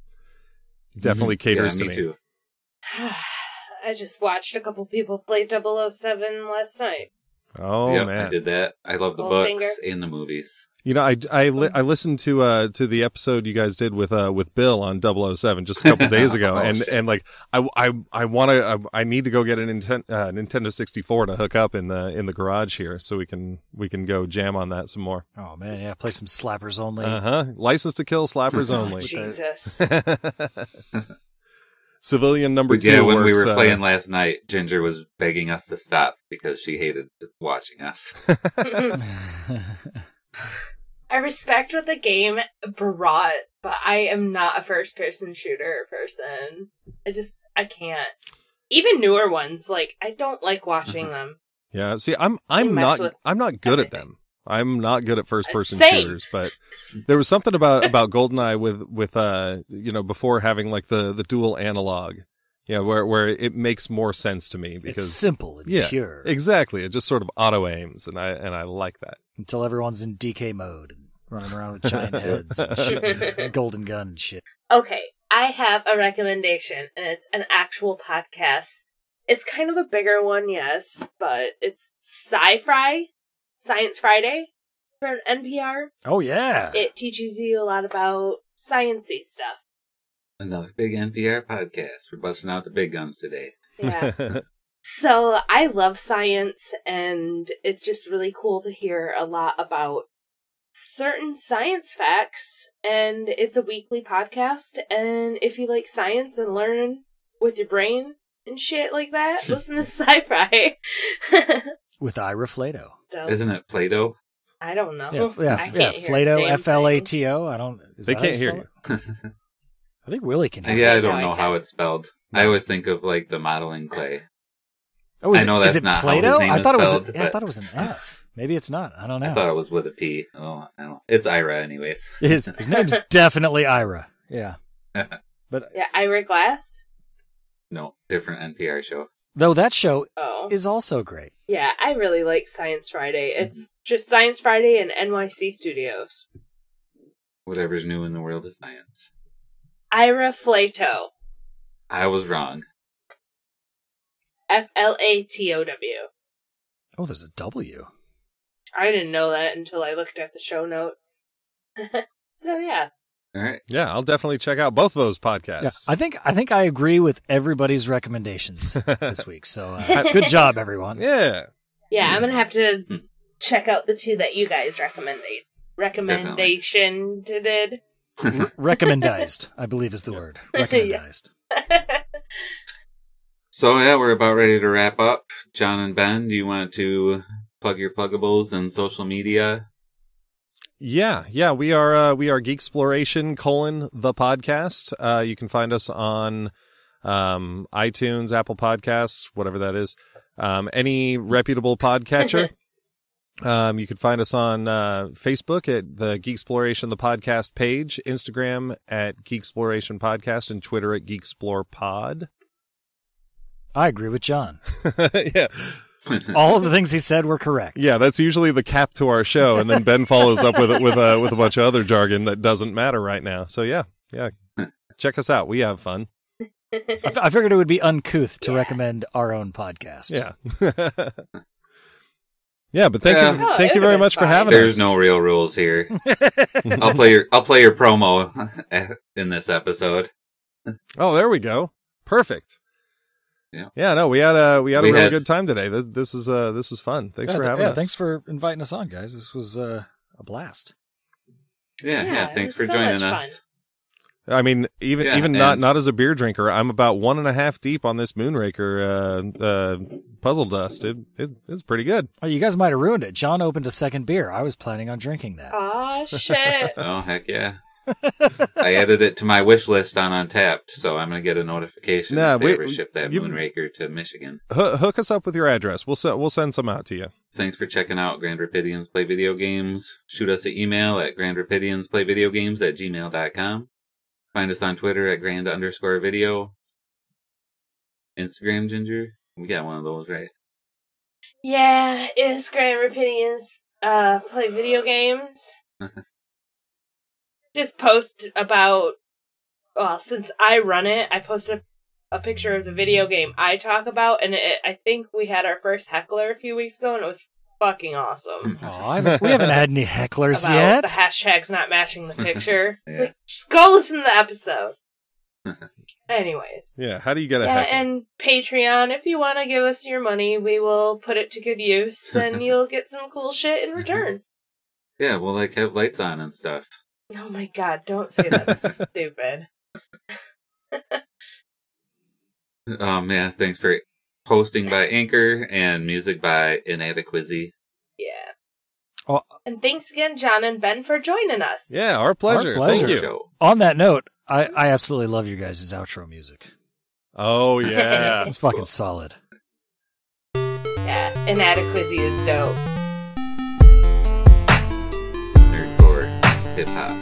Speaker 3: definitely caters
Speaker 1: yeah,
Speaker 3: to
Speaker 1: me
Speaker 3: me.
Speaker 1: too.
Speaker 2: I just watched a couple people play 007 last night.
Speaker 3: Oh
Speaker 1: Yep,
Speaker 3: man,
Speaker 1: I did that. I love the
Speaker 2: Littlefinger.
Speaker 1: books and the movies.
Speaker 3: You know, I I, li- I listened to uh to the episode you guys did with uh with Bill on 007 just a couple days ago,
Speaker 1: Oh,
Speaker 3: and
Speaker 1: shit.
Speaker 3: and like I I I want to I, I need to go get a Ninten- uh, Nintendo 64 to hook up in the in the garage here so we can we can go jam on that some more.
Speaker 4: Oh man, yeah, play some slappers only.
Speaker 3: Uh huh. License to kill, slappers only.
Speaker 2: Jesus.
Speaker 3: Civilian number
Speaker 1: But
Speaker 3: two.
Speaker 1: yeah, when we
Speaker 3: works,
Speaker 1: were
Speaker 3: uh,
Speaker 1: playing last night, Ginger was begging us to stop because she hated watching us.
Speaker 6: I respect what the game brought, but I am not a first person shooter person. I just I can't.
Speaker 2: Even newer ones, like I don't like watching them.
Speaker 3: Yeah. See, I'm I'm
Speaker 2: mess
Speaker 3: not
Speaker 2: with
Speaker 3: I'm not good at
Speaker 2: everything.
Speaker 3: them. I'm not good at first person
Speaker 2: Same.
Speaker 3: shooters, but there was something about about Goldeneye with with uh you know before having like the the dual analog, you know, where where it makes more sense to me
Speaker 4: it's
Speaker 3: because
Speaker 4: simple and
Speaker 3: yeah,
Speaker 4: pure
Speaker 3: exactly it just sort of auto aims and I and I like that.
Speaker 4: until everyone's in DK mode and running around with giant heads, and shit, golden gun and shit.
Speaker 6: Okay, I have a recommendation and it's an actual podcast.
Speaker 2: It's kind of a bigger one, yes, but it's Sci-Fry Science Friday from NPR.
Speaker 4: Oh yeah,
Speaker 2: It teaches you a lot about sciency stuff.
Speaker 1: Another big NPR podcast. We're busting out the big guns today.
Speaker 2: Yeah. So I love science, and it's just really cool to hear a lot about certain science facts. And it's a weekly podcast. And if you like science and learn with your brain and shit like that, listen to Sci Fi.
Speaker 4: with Ira Flato.
Speaker 2: so
Speaker 1: Isn't it Play-Doh?
Speaker 2: I don't know.
Speaker 4: Yeah,
Speaker 2: Oh, I
Speaker 4: yeah,
Speaker 2: can't
Speaker 4: yeah.
Speaker 2: hear a
Speaker 4: Flato,
Speaker 2: damn
Speaker 4: F L A T O. I don't. Is
Speaker 3: They
Speaker 4: that how
Speaker 3: can't hear
Speaker 4: spell it? I think Willie can.
Speaker 1: Uh, Yeah,
Speaker 4: Hear
Speaker 1: I
Speaker 4: us.
Speaker 1: don't
Speaker 2: I
Speaker 1: know
Speaker 2: can.
Speaker 1: how it's spelled. I always think of like the modeling clay.
Speaker 4: Oh, is
Speaker 1: I know
Speaker 4: it, is
Speaker 1: that's
Speaker 4: it
Speaker 1: not how his
Speaker 4: Plato?
Speaker 1: name
Speaker 4: I
Speaker 1: is
Speaker 4: thought it was.
Speaker 1: spelled,
Speaker 4: yeah, I
Speaker 1: but-
Speaker 4: thought it was an F. Maybe it's not. I don't know.
Speaker 1: I thought it was with a P. Oh, I don't. It's Ira, anyways.
Speaker 4: his his name's definitely Ira. Yeah, but
Speaker 2: thing. Yeah, Ira Glass.
Speaker 1: no, different NPR show.
Speaker 4: though that show
Speaker 2: Oh.
Speaker 4: is also great.
Speaker 2: Yeah, I really like Science Friday. It's just Science Friday and NYC Studios.
Speaker 1: Whatever's new in the world of science.
Speaker 2: Ira Flato.
Speaker 1: I was wrong.
Speaker 2: F L A T O W.
Speaker 4: Oh, there's a W.
Speaker 2: I didn't know that until I looked at the show notes. so yeah.
Speaker 1: All right.
Speaker 3: yeah, I'll definitely check out both of those
Speaker 4: Yeah,
Speaker 3: podcasts.
Speaker 4: I think I think I agree with everybody's recommendations this week. So uh, good job, everyone.
Speaker 3: yeah.
Speaker 2: Yeah, I'm gonna have to
Speaker 1: Hmm.
Speaker 2: check out the two that you guys recommended. Recommendation did.
Speaker 4: Recommendized, I believe, is the word. Recommendized.
Speaker 1: So yeah, we're about ready to wrap up. John and Ben, do you want to plug your pluggables and social media?
Speaker 3: Yeah, yeah, we are uh, we are Geeksploration colon the podcast. Uh, you can find us on um, iTunes, Apple Podcasts, whatever that is, um, any reputable podcatcher. um, you can find us on uh, Facebook at the Geeksploration the podcast page, Instagram at Geeksploration podcast, and Twitter at Geeksplore Pod.
Speaker 4: I agree with John.
Speaker 3: yeah, Oh,
Speaker 4: All of the things he said were correct.
Speaker 3: yeah, that's usually the cap to our show, and then Ben follows up with with uh, with a bunch of other jargon that doesn't matter right now. So yeah, yeah, check us out. We have fun.
Speaker 4: I, f- I figured it would be uncouth to recommend our own podcast.
Speaker 3: Yeah, yeah. But thank you,
Speaker 1: Yeah.
Speaker 2: Oh,
Speaker 3: thank
Speaker 2: it
Speaker 3: you very
Speaker 2: would've
Speaker 3: much for
Speaker 2: been fine.
Speaker 3: having us.
Speaker 1: There's no real rules here. I'll play your I'll play your promo in this episode.
Speaker 3: Oh, there we go. Perfect.
Speaker 1: Yeah.
Speaker 3: Yeah. No, we had a we had
Speaker 1: We
Speaker 3: a really
Speaker 1: had-
Speaker 3: good time today. This, this is uh this was fun. Thanks
Speaker 4: Yeah,
Speaker 3: for
Speaker 4: th-
Speaker 3: having
Speaker 4: yeah,
Speaker 3: us.
Speaker 4: Thanks for inviting us on, guys. This was uh, a blast.
Speaker 1: Yeah, yeah.
Speaker 2: Yeah, it
Speaker 1: thanks for
Speaker 2: was so
Speaker 1: joining
Speaker 2: much
Speaker 1: us.
Speaker 3: I mean, even
Speaker 1: Yeah,
Speaker 3: even not
Speaker 1: and-
Speaker 3: not as a beer drinker, I'm about one and a half deep on this Moonraker uh, uh, puzzle dust. It, it it's pretty good.
Speaker 4: Oh, you guys might have ruined it. John opened a second beer. I was planning on drinking that.
Speaker 2: Aw shit.
Speaker 1: Oh heck yeah. I added it to my wish list on Untapped, so I'm gonna get a notification
Speaker 3: Nah,
Speaker 1: if they
Speaker 3: we-
Speaker 1: ever ship that
Speaker 3: you've-
Speaker 1: Moonraker to Michigan.
Speaker 3: Hoo- hook us up with your address. We'll se- we'll send some out to you.
Speaker 1: Thanks for checking out Grand Rapidians Play Video Games. Shoot us an email at Grand Rapidians Play Video Games at gmail.com. Find us on Twitter at Grand underscore video. Instagram Ginger. We got one of those, right?
Speaker 6: Yeah, it's Grand Rapidians uh play video games.
Speaker 2: Just post about well, since I run it, I posted a, a picture of the video game I talk about and it, I think we had our first heckler a few weeks ago and it was fucking awesome.
Speaker 4: Aw, I haven't- we haven't had any hecklers
Speaker 2: About
Speaker 4: yet.
Speaker 2: the hashtags not matching the picture. It's like just go listen to the episode. Anyways.
Speaker 3: Yeah. How do you get a
Speaker 2: Yeah,
Speaker 3: heckler?
Speaker 2: and Patreon, if you want to give us your money, we will put it to good use and you'll get some cool shit in return.
Speaker 1: Yeah, we'll like have lights on and stuff.
Speaker 2: Oh my god, don't say that. That's stupid.
Speaker 1: Um, yeah, thanks for hosting by Anchor and music by Inadequacy.
Speaker 2: Yeah.
Speaker 4: Oh.
Speaker 2: And thanks again, John and Ben, for joining us.
Speaker 3: yeah, our pleasure.
Speaker 4: pleasure.
Speaker 3: Thank you.
Speaker 1: Show.
Speaker 4: On that note, I, I absolutely love your guys' outro music.
Speaker 3: Oh yeah.
Speaker 4: It's fucking solid.
Speaker 2: Yeah. Inadequacy is dope.
Speaker 1: Nerdcore, hip hop.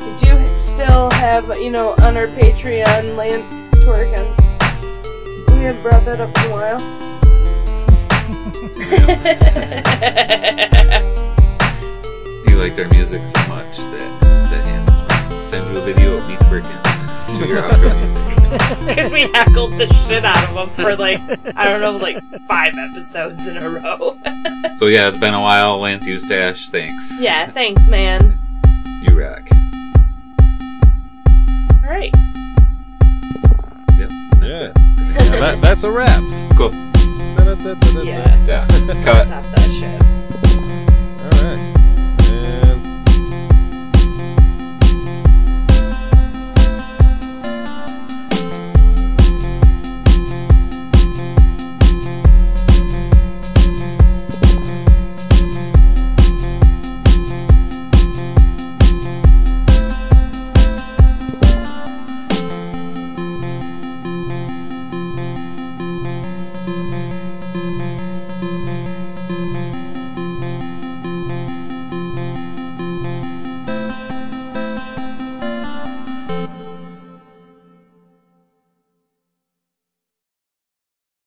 Speaker 2: We do still have, you know, on our Patreon, Lance Torkin. We have brought that up in a while.
Speaker 1: He liked our music so much that said, yeah, send you a video of me twerking to your outro music.
Speaker 2: Because we heckled the shit out of him for like, I don't know, like five episodes in a row.
Speaker 1: So yeah, it's been a while. Lance Eustache, thanks.
Speaker 2: yeah, thanks, man.
Speaker 1: You rock.
Speaker 2: All right.
Speaker 1: Yep. That's
Speaker 3: Yeah. that, that's a wrap.
Speaker 1: it. Cool.
Speaker 3: Da-da-da-da-da.
Speaker 2: Yeah.
Speaker 1: Yeah. Cut.
Speaker 2: Stop that shit.